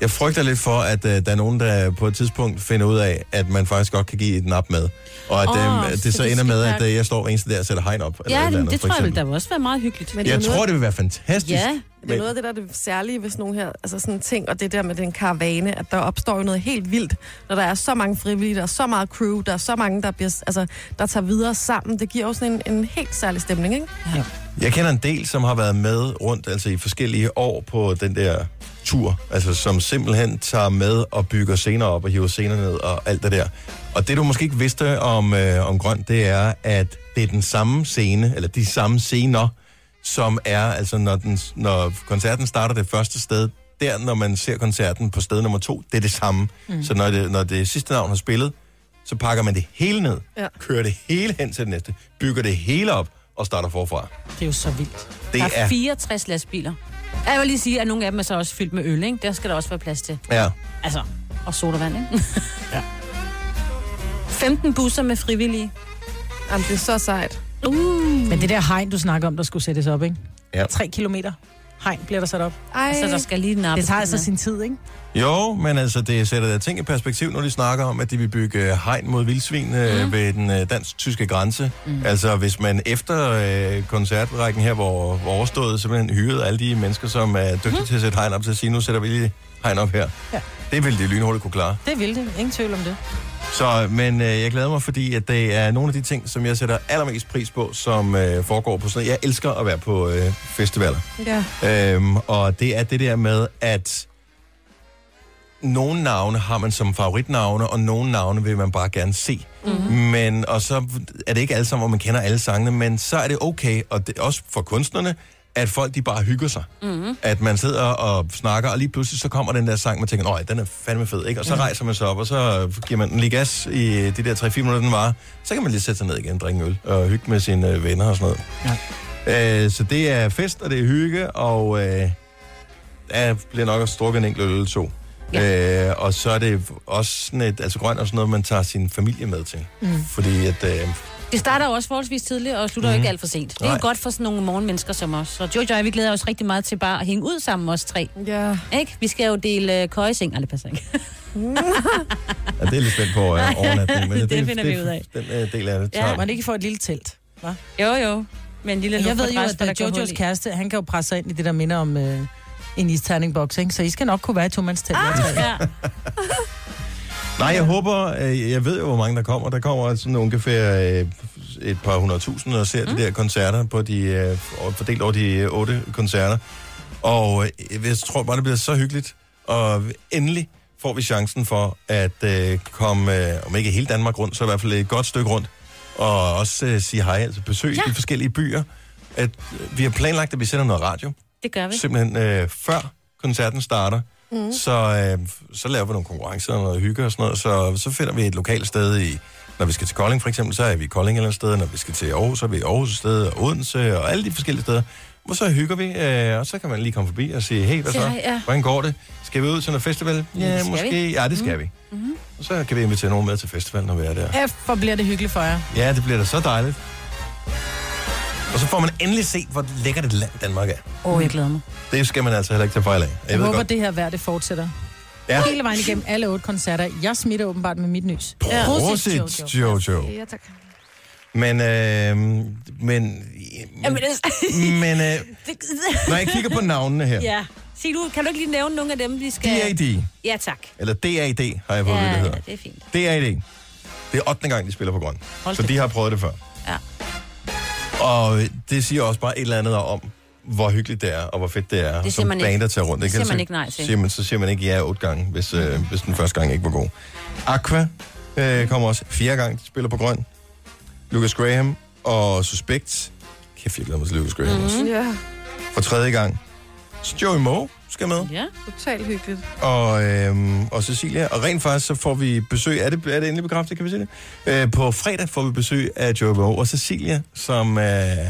A: jeg frygter lidt for, at øh, der er nogen, der på et tidspunkt finder ud af, at man faktisk godt kan give et nap med. Og at,
C: Åh,
A: øh, at
C: så
A: det så
C: det
A: ender
C: skal
A: med, at
C: være-
A: øh, jeg står hver eneste der og sætter hegn op. et
C: Ja,
A: eller
C: det,
A: andet,
C: det
A: for
C: tror jeg
A: eksempel.
C: ville da også være meget hyggeligt.
D: Men det er
A: Jeg
D: noget-
A: tror, det vil være fantastisk.
C: Ja.
D: Men det er noget af det, der er det særlige, hvis nogen her, altså sådan en ting, og det der med den karavane, at der opstår jo noget helt vildt, når der er så mange frivillige, der er så meget crew, der er så mange, der, bliver, altså, der tager videre sammen. Det giver også sådan en, en helt særlig stemning, ikke?
A: Jeg kender en del, som har været med rundt altså i forskellige år på den der tur, altså som simpelthen tager med og bygger scener op og hiver scener ned og alt det der. Og det, du måske ikke vidste om, øh, om Grøn, det er, at det er den samme scene, eller de samme scener, som er, altså når, den, når koncerten starter det første sted, der når man ser koncerten på sted nummer to, det er det samme. Mm. Så når det, når det sidste navn har spillet, så pakker man det hele ned,
D: Ja.
A: kører det hele hen til det næste, bygger det hele op og starter forfra.
B: Det er jo så vildt.
A: Det
C: Der
A: er
C: er 64 lastbiler. Jeg vil lige sige, at nogle af dem er så også fyldt med øl, ikke? Der skal der også være plads til.
A: Ja.
C: Altså, og sodavand, ikke? ja. 15 busser med frivillige.
D: Jamen, det er så sejt.
C: Uh.
B: Men det der hegn, du snakker om, der skulle sættes op, ikke?
A: ja.
B: 3 kilometer hegn bliver der sat op.
D: Ej,
C: Så der skal lige nappe.
B: Det tager altså sin tid, ikke?
A: Jo, men altså, det sætter da ting i perspektiv, når de snakker om, at de vil bygge øh, hegn mod vildsvin mm. ved den øh, dansk-tyske grænse. Mm. Altså, hvis man efter øh, koncertrækken her, hvor, hvor overstået, simpelthen hyrede alle de mennesker, som er dygtige mm. til at sætte hegn op, til at sige, nu sætter vi lige hegn op her. Ja.
B: Ja.
A: Det ville de lynhurtigt kunne klare.
B: Det vil det. Ingen tvivl om det.
A: Så, men øh, jeg glæder mig, fordi at det er nogle af de ting, som jeg sætter allermest pris på, som øh, foregår på sådan Jeg elsker at være på øh, festivaler.
D: ja.
A: Øhm, og det er det der med, at nogle navne har man som favoritnavne, og nogle navne vil man bare gerne se. Mm-hmm. Men, og så er det ikke alle sammen, hvor man kender alle sangene, men så er det okay, og det, er også for kunstnerne, at folk de bare hygger sig. Mm-hmm. At man sidder og snakker, og lige pludselig så kommer den der sang, man tænker, nej, den er fandme fed, ikke? Og så rejser man sig op, og så giver man den lige gas i de der 3-4 minutter, den var. Så kan man lige sætte sig ned igen, drikke en øl, og hygge med sine øh, venner og sådan noget. Øh, så det er fest, og det er hygge, og øh, der bliver nok også drukket en enkelt øl eller to. Ja. Øh, og så er det også sådan et, altså grøn og sådan noget, man tager sin familie med til. Mm. Fordi at, øh,
C: Det starter jo også forholdsvis tidligt, og slutter mm. jo ikke alt for sent. Det er
A: Mhm. Nej.
C: jo godt for sådan nogle morgenmennesker som os. Så Jojo og jeg, vi glæder os rigtig meget til bare at hænge ud sammen, os tre.
D: Ja.
C: Ikke? Vi skal jo dele øh, køjeseng. Ej, det passer ikke.
A: ja, det er lidt spændt på øh, overnatning.
C: Det finder vi ud af.
A: Den øh, del af det
C: Ja.
A: tager
B: Man ikke får et lille telt. Hva?
C: Jo, jo. Men en lille
B: Jeg ved jo,
C: luftmadras,
B: at
C: hvor der
B: øh,
C: går hul
B: Jojos
C: i.
B: kæreste, han kan jo presse sig ind i det, der minder om øh, en isterningboks, ikke? Så I skal nok kunne være i tomandstelt. Ah!
C: Ja.
A: Nej, jeg håber, øh, jeg ved jo, hvor mange der kommer. Der kommer sådan ungefær øh, et par hundredtusind og ser mm. de der koncerter på de, øh, og fordelt over de øh, otte koncerter. Og øh, jeg tror bare, det bliver så hyggeligt. Og endelig får vi chancen for at øh, komme, øh, om ikke hele Danmark rundt, så i hvert fald et godt stykke rundt. Og også øh, sige hej, altså besøg ja. de forskellige byer. At, øh, vi har planlagt, at vi sender noget radio
C: Det gør vi.
A: simpelthen øh, før koncerten starter, mm. så, øh, så laver vi nogle konkurrencer og noget hygge og sådan noget, så, så finder vi et lokalt sted i, når vi skal til Kolding for eksempel, så er vi i Kolding et eller andet sted, når vi skal til Aarhus, så er vi i Aarhus et sted, og Odense, og alle de forskellige steder. Og så hygger vi, øh, og så kan man lige komme forbi og sige, hey, hvad så?
C: Ja, ja.
A: Hvordan går det? Skal vi ud til noget festival? Ja,
C: det skal
A: måske.
C: vi. Mm-hmm.
A: Ja, det skal mm. vi. Og så kan vi invitere nogen med til festival, når vi er der.
B: F, hvor bliver det hyggeligt for jer.
A: Ja, det bliver da så dejligt. Og så får man endelig set, hvor lækkert et land Danmark er.
C: Åh, oh, jeg glæder mig.
A: Det skal man altså heller ikke tage fejl af. Jeg,
B: Jeg
A: ved
B: håber,
A: godt,
B: det her vejr, det fortsætter.
A: Ja.
B: Ja. Hele vejen igennem alle otte koncerter. Jeg smitter åbenbart med mit nys.
A: Prosit, Jojo.
D: Ja, tak.
A: Men, øh, men,
C: Jamen, altså,
A: men øh, når jeg kigger på navnene her,
C: ja. Sig du, kan du ikke lige nævne nogle af dem, vi skal...
A: DAD,
C: Ja, tak.
A: eller DAD har jeg fået, ja, det
C: Ja,
A: hedder.
C: det er fint.
A: DAD, det er 8. gang, de spiller på grøn.
B: Hold
A: Så
B: da.
A: de har prøvet det før.
C: Ja.
A: Og det siger også bare et eller andet om, hvor hyggeligt det er, og hvor fedt det er,
C: siger
A: som
C: man ikke.
A: band, der tager rundt.
C: Det
A: Ellers
C: siger man
A: så-
C: ikke nej til. Mm-hmm.
A: Siger man, så siger man ikke ja otte gange, hvis, øh, hvis den første gang ikke var god. Aqua øh, kommer også fjerde gang, de spiller på grøn. Lucas Graham og Suspect. Kæft, jeg glæder mig til Lucas Graham
C: Mm-hmm.
A: mm. også.
D: Ja,
A: For tredje gang. Så Joey Moe skal med,
C: Ja.
D: totalt hyggeligt.
A: og, øh, og Cecilia. Og rent faktisk, så får vi besøg, er det, er det endelig bekræftet, kan vi sige det? Øh, på fredag får vi besøg af Joey Moe og Cecilia, som øh,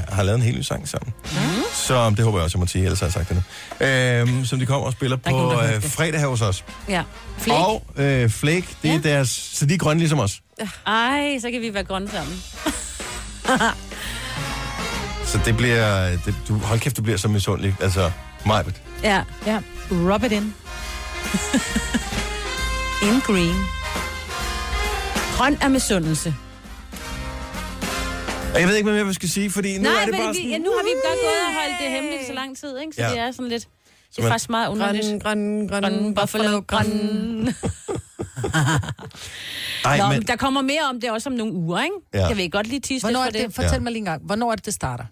A: har lavet en helt ny sang sammen.
C: Mm.
A: Så det håber jeg også, jeg må sige, ellers har jeg sagt det nu. Øhm, som de kommer og spiller
C: er
A: på
C: ikke nogen, der
A: øh,
C: hørte det.
A: fredag her hos os.
C: ja. Flæk. Og...
A: Og øh, Flake, det ja. er
C: Ja.
A: deres, så de er grønne ligesom os.
C: Ej, så kan vi være grønne sammen.
A: Så det bliver, det, du, hold kæft, du bliver så misundelig. Altså, Majbet.
C: Ja.
B: Ja, rub it in.
C: In green. Grøn er misundelse.
A: Og jeg ved ikke, hvad mere vi skal sige, fordi nu
C: Nej,
A: er det
C: men
A: bare
C: vi,
A: sådan...
C: ja, nu har vi godt gået og holdt det hemmeligt så lang tid, ikke? Så
A: Ja.
C: ja. det er sådan lidt... Det
A: man-
C: er faktisk meget underligt.
D: Grøn, grøn, grøn,
C: Grøn, buffalo, grøn.
A: Ej,
C: Nå,
A: men,
C: men... der kommer mere om det også om nogle uger, ikke?
A: Ja.
C: Ja. Kan vi godt lige tisse lidt
B: Hvornår
C: for
B: er
C: det?
B: det,
C: det?
B: fortæl
A: Ja.
B: mig lige en gang, hvornår er det, det starter?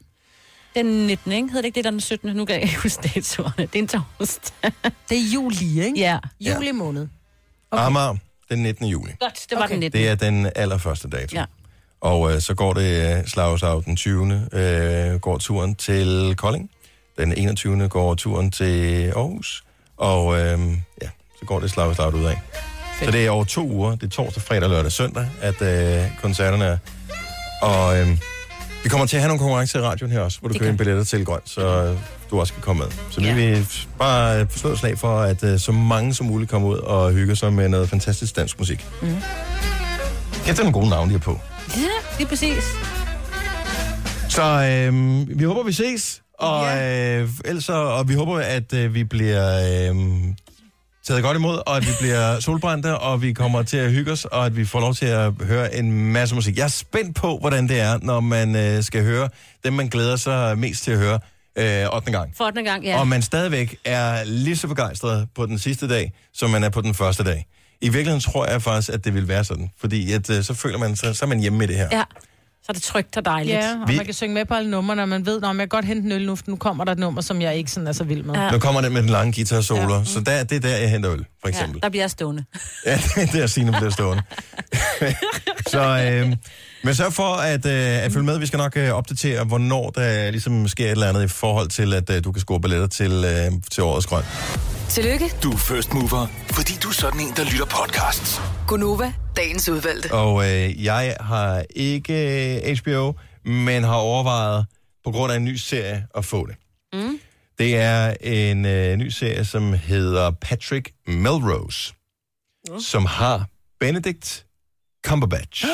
C: Den 19, ikke? Hedder det ikke det, der er den 17? Nu kan jeg ikke huske datoerne. Det er en torsdag.
B: Det er juli, ikke?
C: Ja.
B: Juli måned.
A: okay. Amager, den 19. juli.
C: Godt, det var okay. den 19.
A: Det er den allerførste dato.
C: Ja.
A: Og øh, så går det øh, slagsav den 20. Øh, går turen til Kolding. Den 21. går turen til Aarhus. Og øh, ja, så går det slagsav ud af. Så det er over to uger. Det er torsdag, fredag, lørdag, søndag, at øh, koncerterne er. Og øh, vi kommer til at have nogle konkurrencer i radioen her også, hvor du
C: Det
A: kan
C: gør
A: vinde billetter til Grøn, så øh, du også kan komme med. Så vi
C: Ja.
A: vil f- bare øh, slå et slag for, at øh, så mange som muligt kommer ud og hygger sig med noget fantastisk dansk musik. Mm.
C: Mhm.
A: Kæft, det er nogle gode navne, de har på.
C: Ja, det er præcis.
A: Så øh, vi håber, vi ses. Og, øh, ellers så, og vi håber, at øh, vi bliver øh, taget godt imod, og at vi bliver solbrændte, og vi kommer til at hygge os, og at vi får lov til at høre en masse musik. Jeg er spændt på, hvordan det er, når man øh, skal høre dem, man glæder sig mest til at høre øh, 8. gang.
C: For den gang, ja.
A: Ja. Og
C: Om...
A: man stadigvæk er lige så begejstret på den sidste dag, som man er på den første dag. I virkeligheden tror jeg faktisk, at det vil være sådan. Fordi at, øh, så føler man, så, så er man hjemme med det her.
C: Ja. Så er det trygt og dejligt.
B: Ja, og
A: Vi-
B: vi... man kan synge med på alle numrene, og man ved, om jeg kan godt hente en øl nu, for nu kommer der et nummer, som jeg ikke sådan er så vild med. Ja.
C: Ja.
A: Nu kommer den med den lange guitar solo, ja. mm. så der, det er der, jeg henter øl, for
C: Ja,
A: eksempel.
C: der bliver jeg stående.
A: Ja, det er der, Signe bliver stående. så, øh, men sørg for at, øh, at følge med. Vi skal nok øh, opdatere, hvornår der ligesom sker et eller andet i forhold til, at øh, du kan score billetter til, øh, til årets grøn.
E: Tillykke,
F: Du er first mover, fordi du er sådan en, der lytter podcasts.
E: Gunova, dagens udvalgte.
A: Og øh, jeg har ikke øh, HBO, men har overvejet på grund af en ny serie at få det. Mm. Det er en øh, ny serie, som hedder Patrick Melrose, mm. som har Benedict Cumberbatch,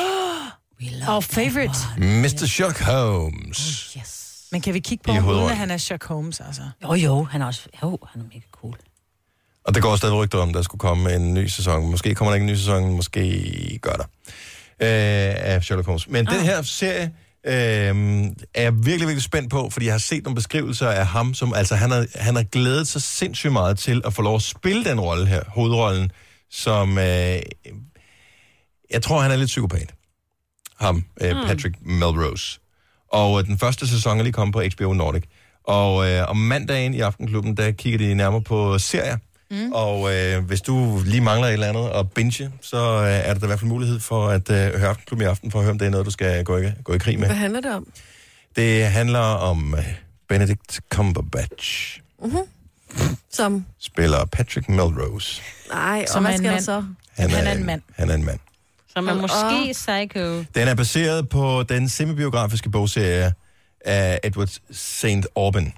B: Og favorite.
A: Mr. Sherlock Holmes.
C: Yes.
B: Men kan vi kigge på,
A: I
B: ham, uden
A: hovedrollen.
B: at han er Sherlock Holmes, altså?
C: Jo, jo, han er også... Jo, han er mega cool.
A: Og der går stadig rygter om, der skulle komme en ny sæson. Måske kommer der ikke en ny sæson, måske gør der. Øh, af Sherlock Holmes. Men ah. den her serie øh, er jeg virkelig, virkelig spændt på, fordi jeg har set nogle beskrivelser af ham, som altså han har, han har glædet sig sindssygt meget til at få lov at spille den rolle her, hovedrollen, som øh, jeg tror, han er lidt psykopat. Ham, øh,
B: Hmm.
A: Patrick Melrose. Og øh, den første sæson er lige kommet på HBO Nordic. Og øh, om mandagen i Aftenklubben, der kigger de nærmere på serier.
B: Hmm.
A: Mm. Og øh, hvis du lige mangler et eller andet at binge, så øh, er der da i hvert fald mulighed for at øh, høre Aftenklubben i aften, for at høre, om det er noget, du skal gå i, gå i krig med.
D: Hvad handler det om?
A: Det handler om øh, Benedict Cumberbatch,
D: Som,
A: spiller Patrick Melrose.
D: nej,
B: Som
D: og hvad
B: er en
D: sker der
B: mand.
D: så?
B: Han er en mand.
A: Han er en mand.
C: Som er måske psycho.
A: Den er baseret på den semibiografiske bogserie af Edward St. Auburn,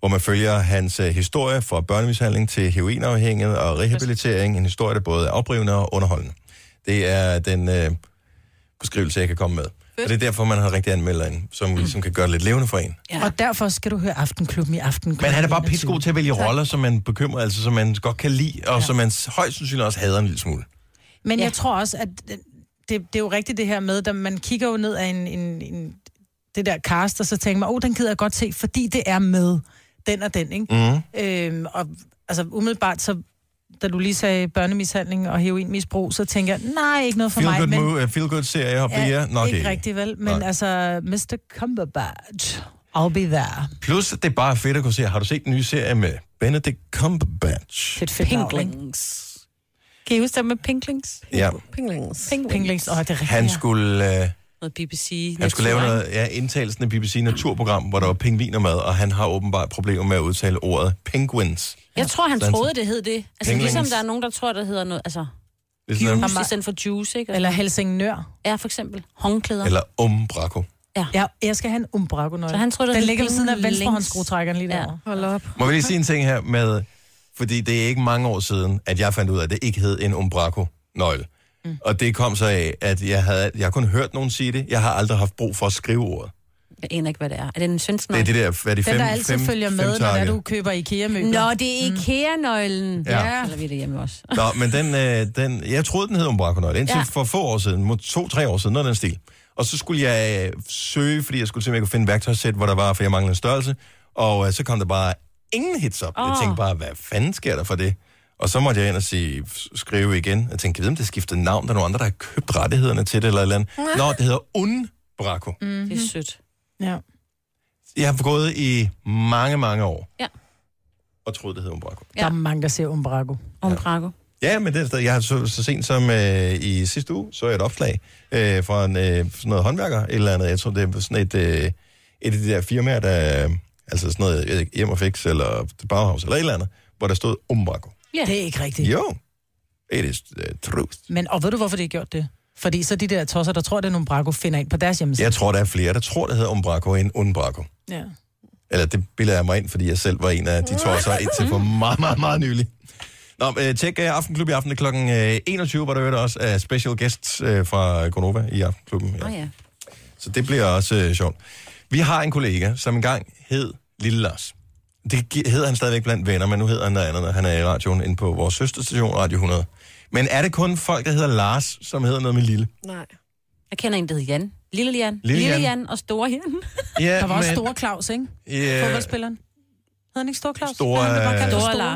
A: hvor man følger hans øh, historie fra børnemishandling til heroinafhængighed og rehabilitering. En historie, der både er oprivende og underholdende. Det er den øh, beskrivelse, jeg kan komme med. Og det er derfor, man har rigtig anmelder en, som ligesom kan gøre det lidt levende for en.
B: Ja. Og derfor skal du høre Aftenklubben i Aftenklubben.
A: Men han er bare
B: 21.
A: pissegod til at vælge roller, som man bekymrer, altså som man godt kan lide, og som man højst sandsynligt også hader en lille smule.
B: Men ja. jeg tror også, at det, det er jo rigtigt det her med, at man kigger jo ned af en, en, en, det der cast, og så tænker man, åh, oh, den gider jeg godt se, fordi det er med den og den, ikke? Mm.
A: Mhm.
B: Øhm, og altså umiddelbart, så da du lige sagde børnemishandling og heroinmisbrug, så tænker jeg, nej, ikke noget for
A: Feel
B: mig.
A: good, men, uh, feel good serie og ja,
B: ja,
A: nok
B: ikke,
A: ikke.
B: rigtigt, vel? Men
A: Nej.
B: altså, Mr. Cumberbatch, I'll be there.
A: Plus, at det er bare fedt at kunne se, har du set den nye serie med Benedict Cumberbatch?
B: Fedt, fedt navn, ikke?
C: Kan I huske det med Pinklings?
A: Ja,
D: Pinglings.
C: Pinklings.
B: Pinglings, åh, det er rigtigt.
A: han
B: ja.
A: skulle... Øh,
C: Noget BBC.
A: Han skulle lave noget, ja, indtagelsen af BBC Naturprogram, hvor der var pingviner med, og han har åbenbart problemer med at udtale ordet penguins.
C: Jeg tror, han
A: Sådan.
C: troede, det hed det. Altså
A: Pinklings.
C: ligesom der er nogen, der tror, der hedder noget, altså
A: Ligesom, dem-
C: juice i stedet for juice, ikke?
B: Eller Helsingør.
C: Ja, for eksempel håndklæder.
A: eller um umbraco.
B: Ja, jeg skal have en umbraco nøgle.
C: Så han tror, der
B: den
C: hed
B: ligger ved siden af
C: Pinglings.
B: venstrehåndsskruetrækkeren lige
C: Ja.
B: derovre.
D: Hold op.
A: Må vi lige sige en ting her med, fordi det er ikke mange år siden, at jeg fandt ud af, at det ikke hed en umbraco-nøgle. Mm. Og det kom så af, at jeg havde, jeg har kun hørt nogen sige det, jeg har aldrig haft brug for at skrive ordet.
C: Jeg aner ikke, hvad det er. Er det en
A: Det
C: sønsnøgle?
A: er det der, hvad er de
B: Den,
A: fem,
B: der altid
A: fem,
B: følger
A: fem
B: med, når det er,
A: takke?
B: du køber IKEA-møbler.
C: Nå, det er IKEA-nøglen.
A: Mm. Ja.
C: Eller vi er det hjemme også.
A: Nå, men den, øh, den, jeg troede, den hed Umbraconøgle, indtil ja.
C: Ja.
A: for få år siden, må- to-tre år siden, noget af den stil. Og så skulle jeg øh, søge, fordi jeg skulle se, om jeg kunne finde et værktøjsæt, hvor der var, for jeg manglede en størrelse. Og øh, så kom der bare ingen hits op. Oh. Jeg
C: Åh.
A: tænkte bare, hvad fanden sker der for det? Og så måtte jeg ind og sige, skrive igen. Jeg tænkte, jeg ved, om det skiftede navn. Der er nogle andre, der har købt rettighederne til det eller et eller andet. Nå, det hedder Unbraco. Mm.
I: Mhm.
C: Det er sødt.
B: Ja.
A: Jeg har gået i mange, mange år.
C: Ja.
A: Og troede, det hed Umbraco.
B: Der er mange, der ser umbraco.
C: Om Braco.
A: Ja, men det er stadig. Jeg har så, så sent som øh, i sidste uge, så jeg et opslag øh, fra en, øh, sådan noget håndværker, et eller andet. Jeg tror, det er sådan et, øh, et af de der firmaer, der, øh, altså sådan noget, jeg ved ikke, hjem og fix, eller Bauhaus, eller et eller andet, hvor der stod Umbraco.
C: Ja.
B: Det er ikke rigtigt.
A: Jo, it is uh, truth.
B: Men, og ved du, hvorfor de har gjort det? Fordi så de der tosser, der tror, det er en umbraco, finder ind på deres hjemmeside.
A: Jeg tror, der er flere, der tror, det hedder Umbraco end Unbraco.
B: Ja.
A: Eller det billeder jeg mig ind, fordi jeg selv var en af de tosser indtil for meget, meget, meget nylig. Nå, men, øh, tjek øh, Aftenklub i aften Det er klokken øh, 21, hvor der hørte også er special guests øh, fra Gonova i Aftenklubben.
C: Åh Ah, ja.
A: Så det bliver også øh, sjovt. Vi har en kollega, som engang hed Lille Lars. Det gi- hedder han stadigvæk blandt venner, men nu hedder han noget andet, når han er i radioen inde på vores søsterstation Radio 100. Men er det kun folk, der hedder Lars, som hedder noget med Lille?
D: Nej.
C: Jeg kender en, der hedder Jan. Lille Jan.
A: Lille
C: Lille,
A: Jan.
C: Jan. og Store Jan.
A: Ja,
B: Der var også Store Claus, ikke?
A: Ja,
B: Fodboldspilleren. Hed han ikke Store Claus?
A: Store,
B: Nej, han blev bare kaldt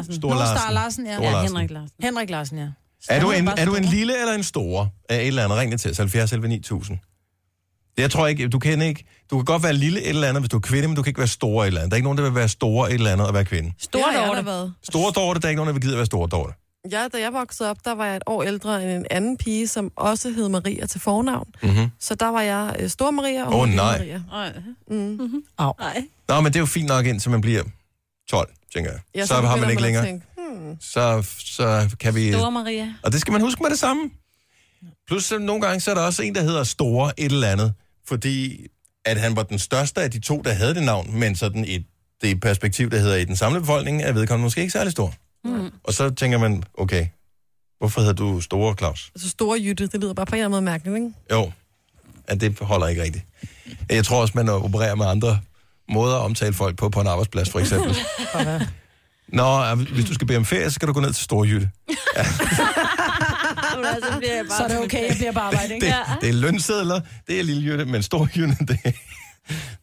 A: øh,
B: Store
C: Store
A: Store
B: Larsen.
C: Larsen.
B: Nå,
A: Larsen.
B: Star Larsen, ja.
A: Store
B: Store.
C: Ja,
A: Larsen.
C: Henrik Larsen.
B: Henrik Larsen, ja.
A: er du,
B: Han
A: en,
B: bare
A: er du en
B: Store.
A: lille eller en store af et eller andet? Ring det til os, 70 11 9000. Det jeg tror ikke, du kan ikke. Du kan godt være lille et eller andet, hvis du er kvinde, men du kan ikke være store et eller andet. Der er ikke nogen, der vil være store et eller andet og være kvinde.
C: Store
D: Det har jeg da
C: Dorte.
D: været.
A: Store Dorte, der er ikke nogen, der vil gide at være store Dorte.
D: Ja, da jeg voksede op, der var jeg et år ældre end en anden pige, som også hed Maria til fornavn. Mm-hmm. Så der var jeg øh, Stor Maria og
A: Mhm. Åh,
D: hun hed
A: nej.
D: Maria.
C: Mhm.
B: Au.
A: Nå, men det er jo fint nok, indtil man bliver 12, tænker jeg.
D: Ja,
A: så, har
D: begynder
A: man ikke
D: at
A: længere.
D: tænke, hmm,
A: Så, så kan vi...
C: Store Maria.
A: Og det skal man huske med det samme. Plus, så nogle gange, så er der også en, der hedder Store et eller andet, fordi at han var den største af de to, der havde det navn, men sådan i det perspektiv, der hedder i den samlede befolkning, er vedkommende måske ikke særlig stor. Mm. Og så tænker man, okay, hvorfor hedder du Store, Claus?
D: altså Store Jytte, det lyder bare på en eller anden måde mærkeligt, ikke?
A: Jo, at det holder ikke rigtigt. Jeg tror også, man opererer med andre måder at omtale folk på på en arbejdsplads, for eksempel. Nå, hvis du skal bede om ferie, så skal du gå ned til Storjytte.
I: altså,
B: Så er det okay, jeg bliver bare arbejde,
A: det,
B: ikke?
A: ja. det er lønsedler, det er lille jytte, men stor jytte, det,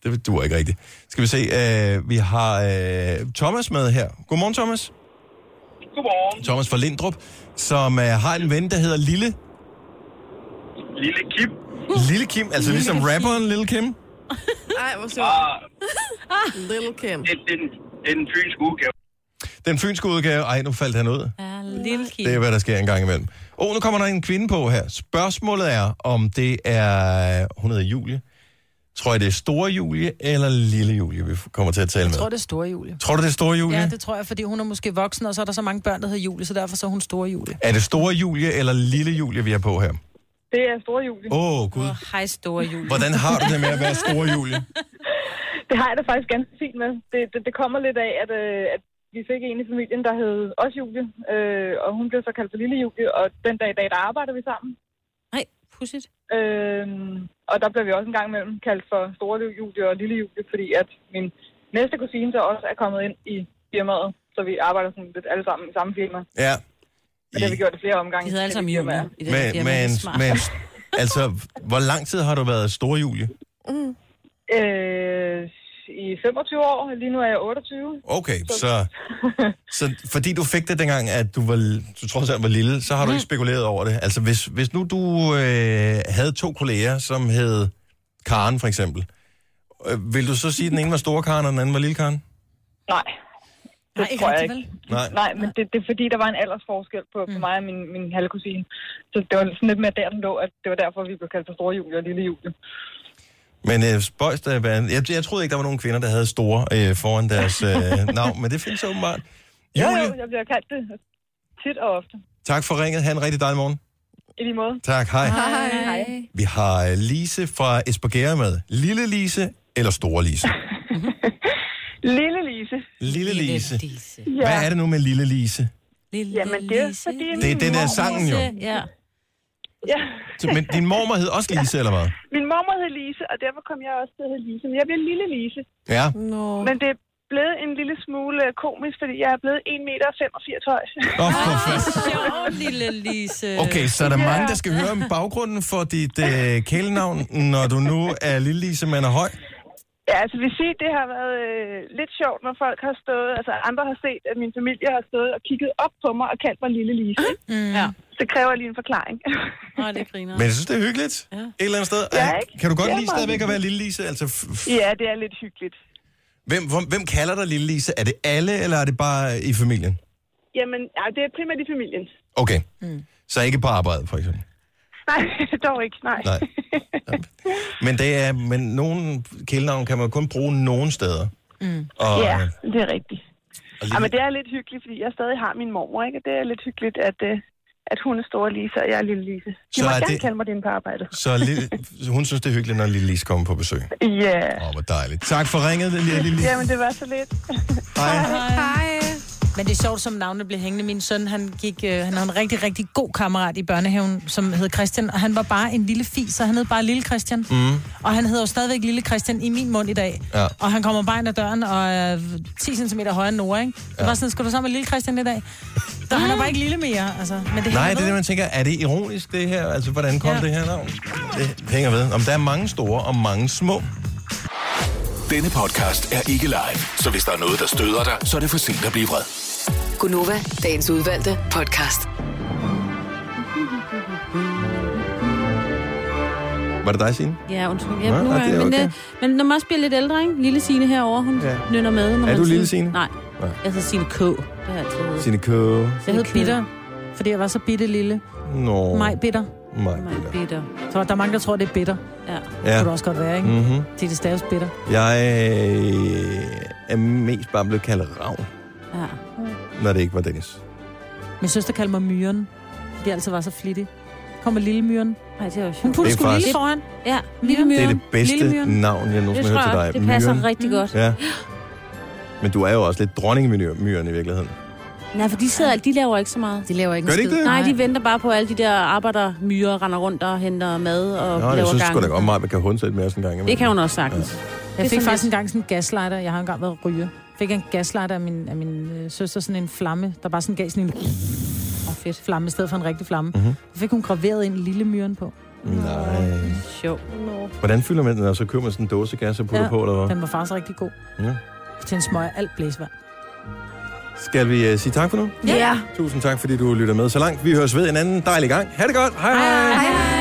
A: det duer ikke rigtigt. Skal vi se, øh, vi har øh, Thomas med her. Godmorgen, Thomas.
G: Godmorgen.
A: Thomas fra Lindrup, som øh, har en ven, der hedder Lille.
G: Lille Kim.
A: Lille Kim, altså lille ligesom rapperen Lille Kim.
D: Ej, hvor sjovt.
G: Ah,
D: Little Kim.
G: det, det, er den, det er den fynske udgave.
A: Den fynske udgave, ej, nu faldt han ud.
C: Ja, Lille Kim.
A: Det er, hvad der sker en gang imellem. Åh, oh, nu kommer der en kvinde på her. Spørgsmålet er, om det er... Hun hedder Julie. Tror jeg, det er store Julie eller lille Julie, vi kommer til at tale med?
B: Jeg tror, det er Store Julie.
A: tror du, det er store Julie?
B: Ja, det tror jeg, fordi hun er måske voksen, og så er der så mange børn, der hedder Julie, så derfor så er hun Store Julie.
A: Er det store Julie eller lille Julie, vi har på her?
G: Det er store juli.
A: Åh, oh, gud.
C: Åh, Hej, Store Julie.
A: Hvordan har du det med at være store Julie?
G: Det har jeg da faktisk ganske fint med. Det, det, det kommer lidt af, at, øh, at vi fik en i familien, der hed også Julie, øh, og hun blev så kaldt for Lille Julie, og den dag i dag, der arbejder vi sammen.
C: Nej, Pudsigt.
I: Øhm, og der blev vi også en gang imellem kaldt for store Julie og lille Julie, fordi at min næste kusine så også er kommet ind i firmaet, så vi arbejder sådan lidt alle sammen i samme firma.
A: Ja.
I: Og det har vi gjort i flere omgange.
C: De hedder alle sammen
I: forskellige
C: Julie. i
I: firmaer.
C: det her
A: Men,
C: firma.
A: men,
C: Smart.
A: men, altså, hvor lang tid har du været store, Julie?
I: Øh, I 25 år, lige nu er jeg 28.
A: Okay, så, så fordi du fik det dengang, at du, var, du trods alt var lille, så har du ikke spekuleret over det. Altså, hvis, hvis nu du øh, havde to kolleger, som hed Karen for eksempel, øh, vil du så sige, at den ene var store Karen, og den anden var lille Karen?
I: Nej, det
B: Nej, ikke
I: tror jeg
B: rigtig,
I: ikke.
B: vel?
A: Nej.
I: Nej, men det, det er fordi, der var en aldersforskel på, på mig og min, min halvkusine. Så det var sådan lidt mere der, den lå, at det var derfor, vi blev kaldt for store Julie og lille Julie.
A: Men øh, spøjs, der var, jeg, jeg troede ikke, der var nogen kvinder, der havde store øh, foran deres øh, navn, men det findes åbenbart.
I: Jo,
A: Julie,
I: jo, jeg bliver kaldt det tit og ofte.
A: tak for ringet. Ha' en rigtig dejlig morgen.
I: I lige måde.
A: Tak, hej.
I: Hej.
A: Vi har øh, Lise fra Esbjerg med. Lille Lise eller store Lise?
I: Lille Lise.
A: Lille Lise.
C: Lise.
I: Ja.
A: Hvad er det nu med Lille Lise?
C: Lille
I: Jamen, det er
C: Lise.
I: fordi...
A: Det er
I: min
A: den der
I: mormor-
A: sangen jo.
C: Ja.
I: Ja.
A: Så- Men din mormor hed også Lise, eller hvad?
I: Min mormor hed Lise, og derfor kom jeg også til at hedde Lise. Men jeg blev lille Lise.
A: Ja.
D: Nå.
I: Men det er blevet en lille smule øh, komisk, fordi jeg er blevet 1,85 meter høj.
A: Nå, for
C: Det
A: fanden.
C: er sjovt, lille Lise.
A: Okay, så er der mange, der skal høre om baggrunden for dit øh, kælenavn, når du nu er Lille Lise, men er høj.
I: Ja, altså vi siger, det har været øh, lidt sjovt, når folk har stået, altså andre har set, at min familie har stået og kigget op på mig og kaldt mig lille Lise.
B: Mm.
C: Ja.
I: Det kræver lige en forklaring.
C: Åh, det griner.
A: Men jeg synes, det er hyggeligt.
C: Ja.
A: Et eller andet sted.
I: Ja,
A: Ej,
I: ikke?
A: kan du godt
I: Ja,
A: lide
I: meget
A: stadigvæk at være Lille Lise? Altså, f- f-
I: ja, det er lidt hyggeligt.
A: hvem, hvem, hvem kalder dig Lille Lise? Er det alle, eller er det bare i familien?
I: Jamen, ja, det er primært i familien.
A: Okay.
I: Mm.
A: Så ikke på arbejde, for eksempel.
I: Nej, dog ikke, nej.
A: Nej. Men, det er, men nogle kælenavn kan man kun bruge nogle steder. Mm. Og,
I: Ja,
A: øh,
I: det er rigtigt.
A: og
I: Ja, men
A: lille,
I: det er lidt hyggeligt, fordi jeg stadig har min mormor, ikke? Og det er lidt hyggeligt, at, øh, at hun er store Lise, og jeg er lille Lise. De
A: Så
I: må
A: er
I: gerne
A: det-
I: kalde mig det inde på arbejdet.
A: så lille, hun synes, det er hyggeligt, når Lille Lise kommer på besøg.
I: Ja.
A: Åh, oh, hvor dejligt. Tak for ringet, Lille Lille. Lise.
I: Jamen, det var så lidt.
A: Hej.
B: Hej. Men det er sjovt, som navnet blev hængende. Min søn, han, gik, øh, han havde en rigtig, rigtig god kammerat i børnehaven, som hed Christian, og han var bare en lille fis, så han hed bare Lille Christian. Mm. Og han hedder jo stadigvæk Lille Christian i min mund i dag.
A: Ja.
B: Og han kommer bare ind ad døren og er 10 cm højere end Nora, ikke? Det var sådan, skal du sammen med Lille Christian i dag? Der han er bare ikke lille mere, altså. Men det
A: Nej,
B: hænger
A: det er
B: ved.
A: det, man tænker, er det ironisk, det her? Altså, hvordan kom ja.
B: Ja.
A: det her navn? Det hænger ved. Om der er mange store og mange små.
F: Denne podcast er ikke live, så hvis der er noget, der støder dig, så er det for sent at blive vred.
E: Gunova, dagens udvalgte podcast.
A: Var det dig, Signe?
C: Ja, undskyld. Ja,
A: Nå,
C: nu
A: nej,
C: er,
A: det er
C: men,
A: okay.
C: øh, men når man også bliver lidt ældre, ikke? Lille Signe herovre, hun
A: Ja.
C: ja. nynner med. Når
A: Er
C: man
A: du
C: siger-
A: Lille Signe?
C: Nej.
A: Nej.
C: Jeg hedder Signe K. Det har jeg altid heddet.
A: Signe K.
B: Jeg hed
C: Signe K.
B: Bitter, fordi jeg var så bitte lille.
A: Nå.
B: Mig bitter.
A: Maj.
C: Mig bitter.
B: Så der er mange, der tror, det er bitter. Det
C: Ja.
A: Ja.
B: kunne det også godt være, ikke?
A: Mm-hmm.
B: Det er det staves bitter.
A: Jeg øh, er mest bare blevet kaldt Ravn,
C: ja.
A: når det ikke var Dennis.
B: Min søster kaldte mig myren, fordi jeg altid var så flittig. Kommer lille myren.
C: Ej, det var sjovt.
B: Hun puttede
A: Det er
B: sgu
A: faktisk-
B: lille foran.
C: Ja, lille myre.
A: Det er det bedste
B: Lille Myren.
A: navn, jeg
C: det
A: nogensinde
C: tror
A: har hørt
C: jeg,
A: til dig.
C: det passer
A: Myren.
C: rigtig godt.
A: Ja. Men du er jo også lidt dronningmyren i virkeligheden.
C: Nej, for de, sidder, de laver ikke så meget.
B: De laver ikke
A: Gør en de ikke skid. det?
C: Nej, de venter bare på at alle de der arbejdermyrer, render rundt og henter mad og
A: Nå,
C: laver
A: jeg synes
C: gang.
A: sgu da godt, Maja, man kan hundsætte med os en gang. imellem.
C: Det kan hun også sagtens. Ja.
B: Jeg fik
C: sådan
B: faktisk
C: lidt-
B: engang sådan en gaslighter. Jeg har engang været ryger. Fik jeg en gaslighter af min, af min øh, søster, sådan en flamme, der bare sådan gav sådan en oh, fedt. flamme, i stedet for en rigtig flamme.
A: Mhm.
B: Mm-hmm. Så fik hun graveret en lille myren på.
A: Nej.
C: Sjov.
A: Hvordan fylder man den? Og så køber man sådan en dåse gas og putter ja.
B: Ja.
A: på, eller hvad?
B: Den var faktisk rigtig god.
A: Ja.
B: Til en smøg alt blæsvand.
A: Skal vi uh, sige tak for nu?
D: Ja.
A: Tusind tak, fordi du lytter med så langt. Vi høres ved en anden dejlig gang. Ha' det godt. Hej hej. hej.
D: Hej, hej.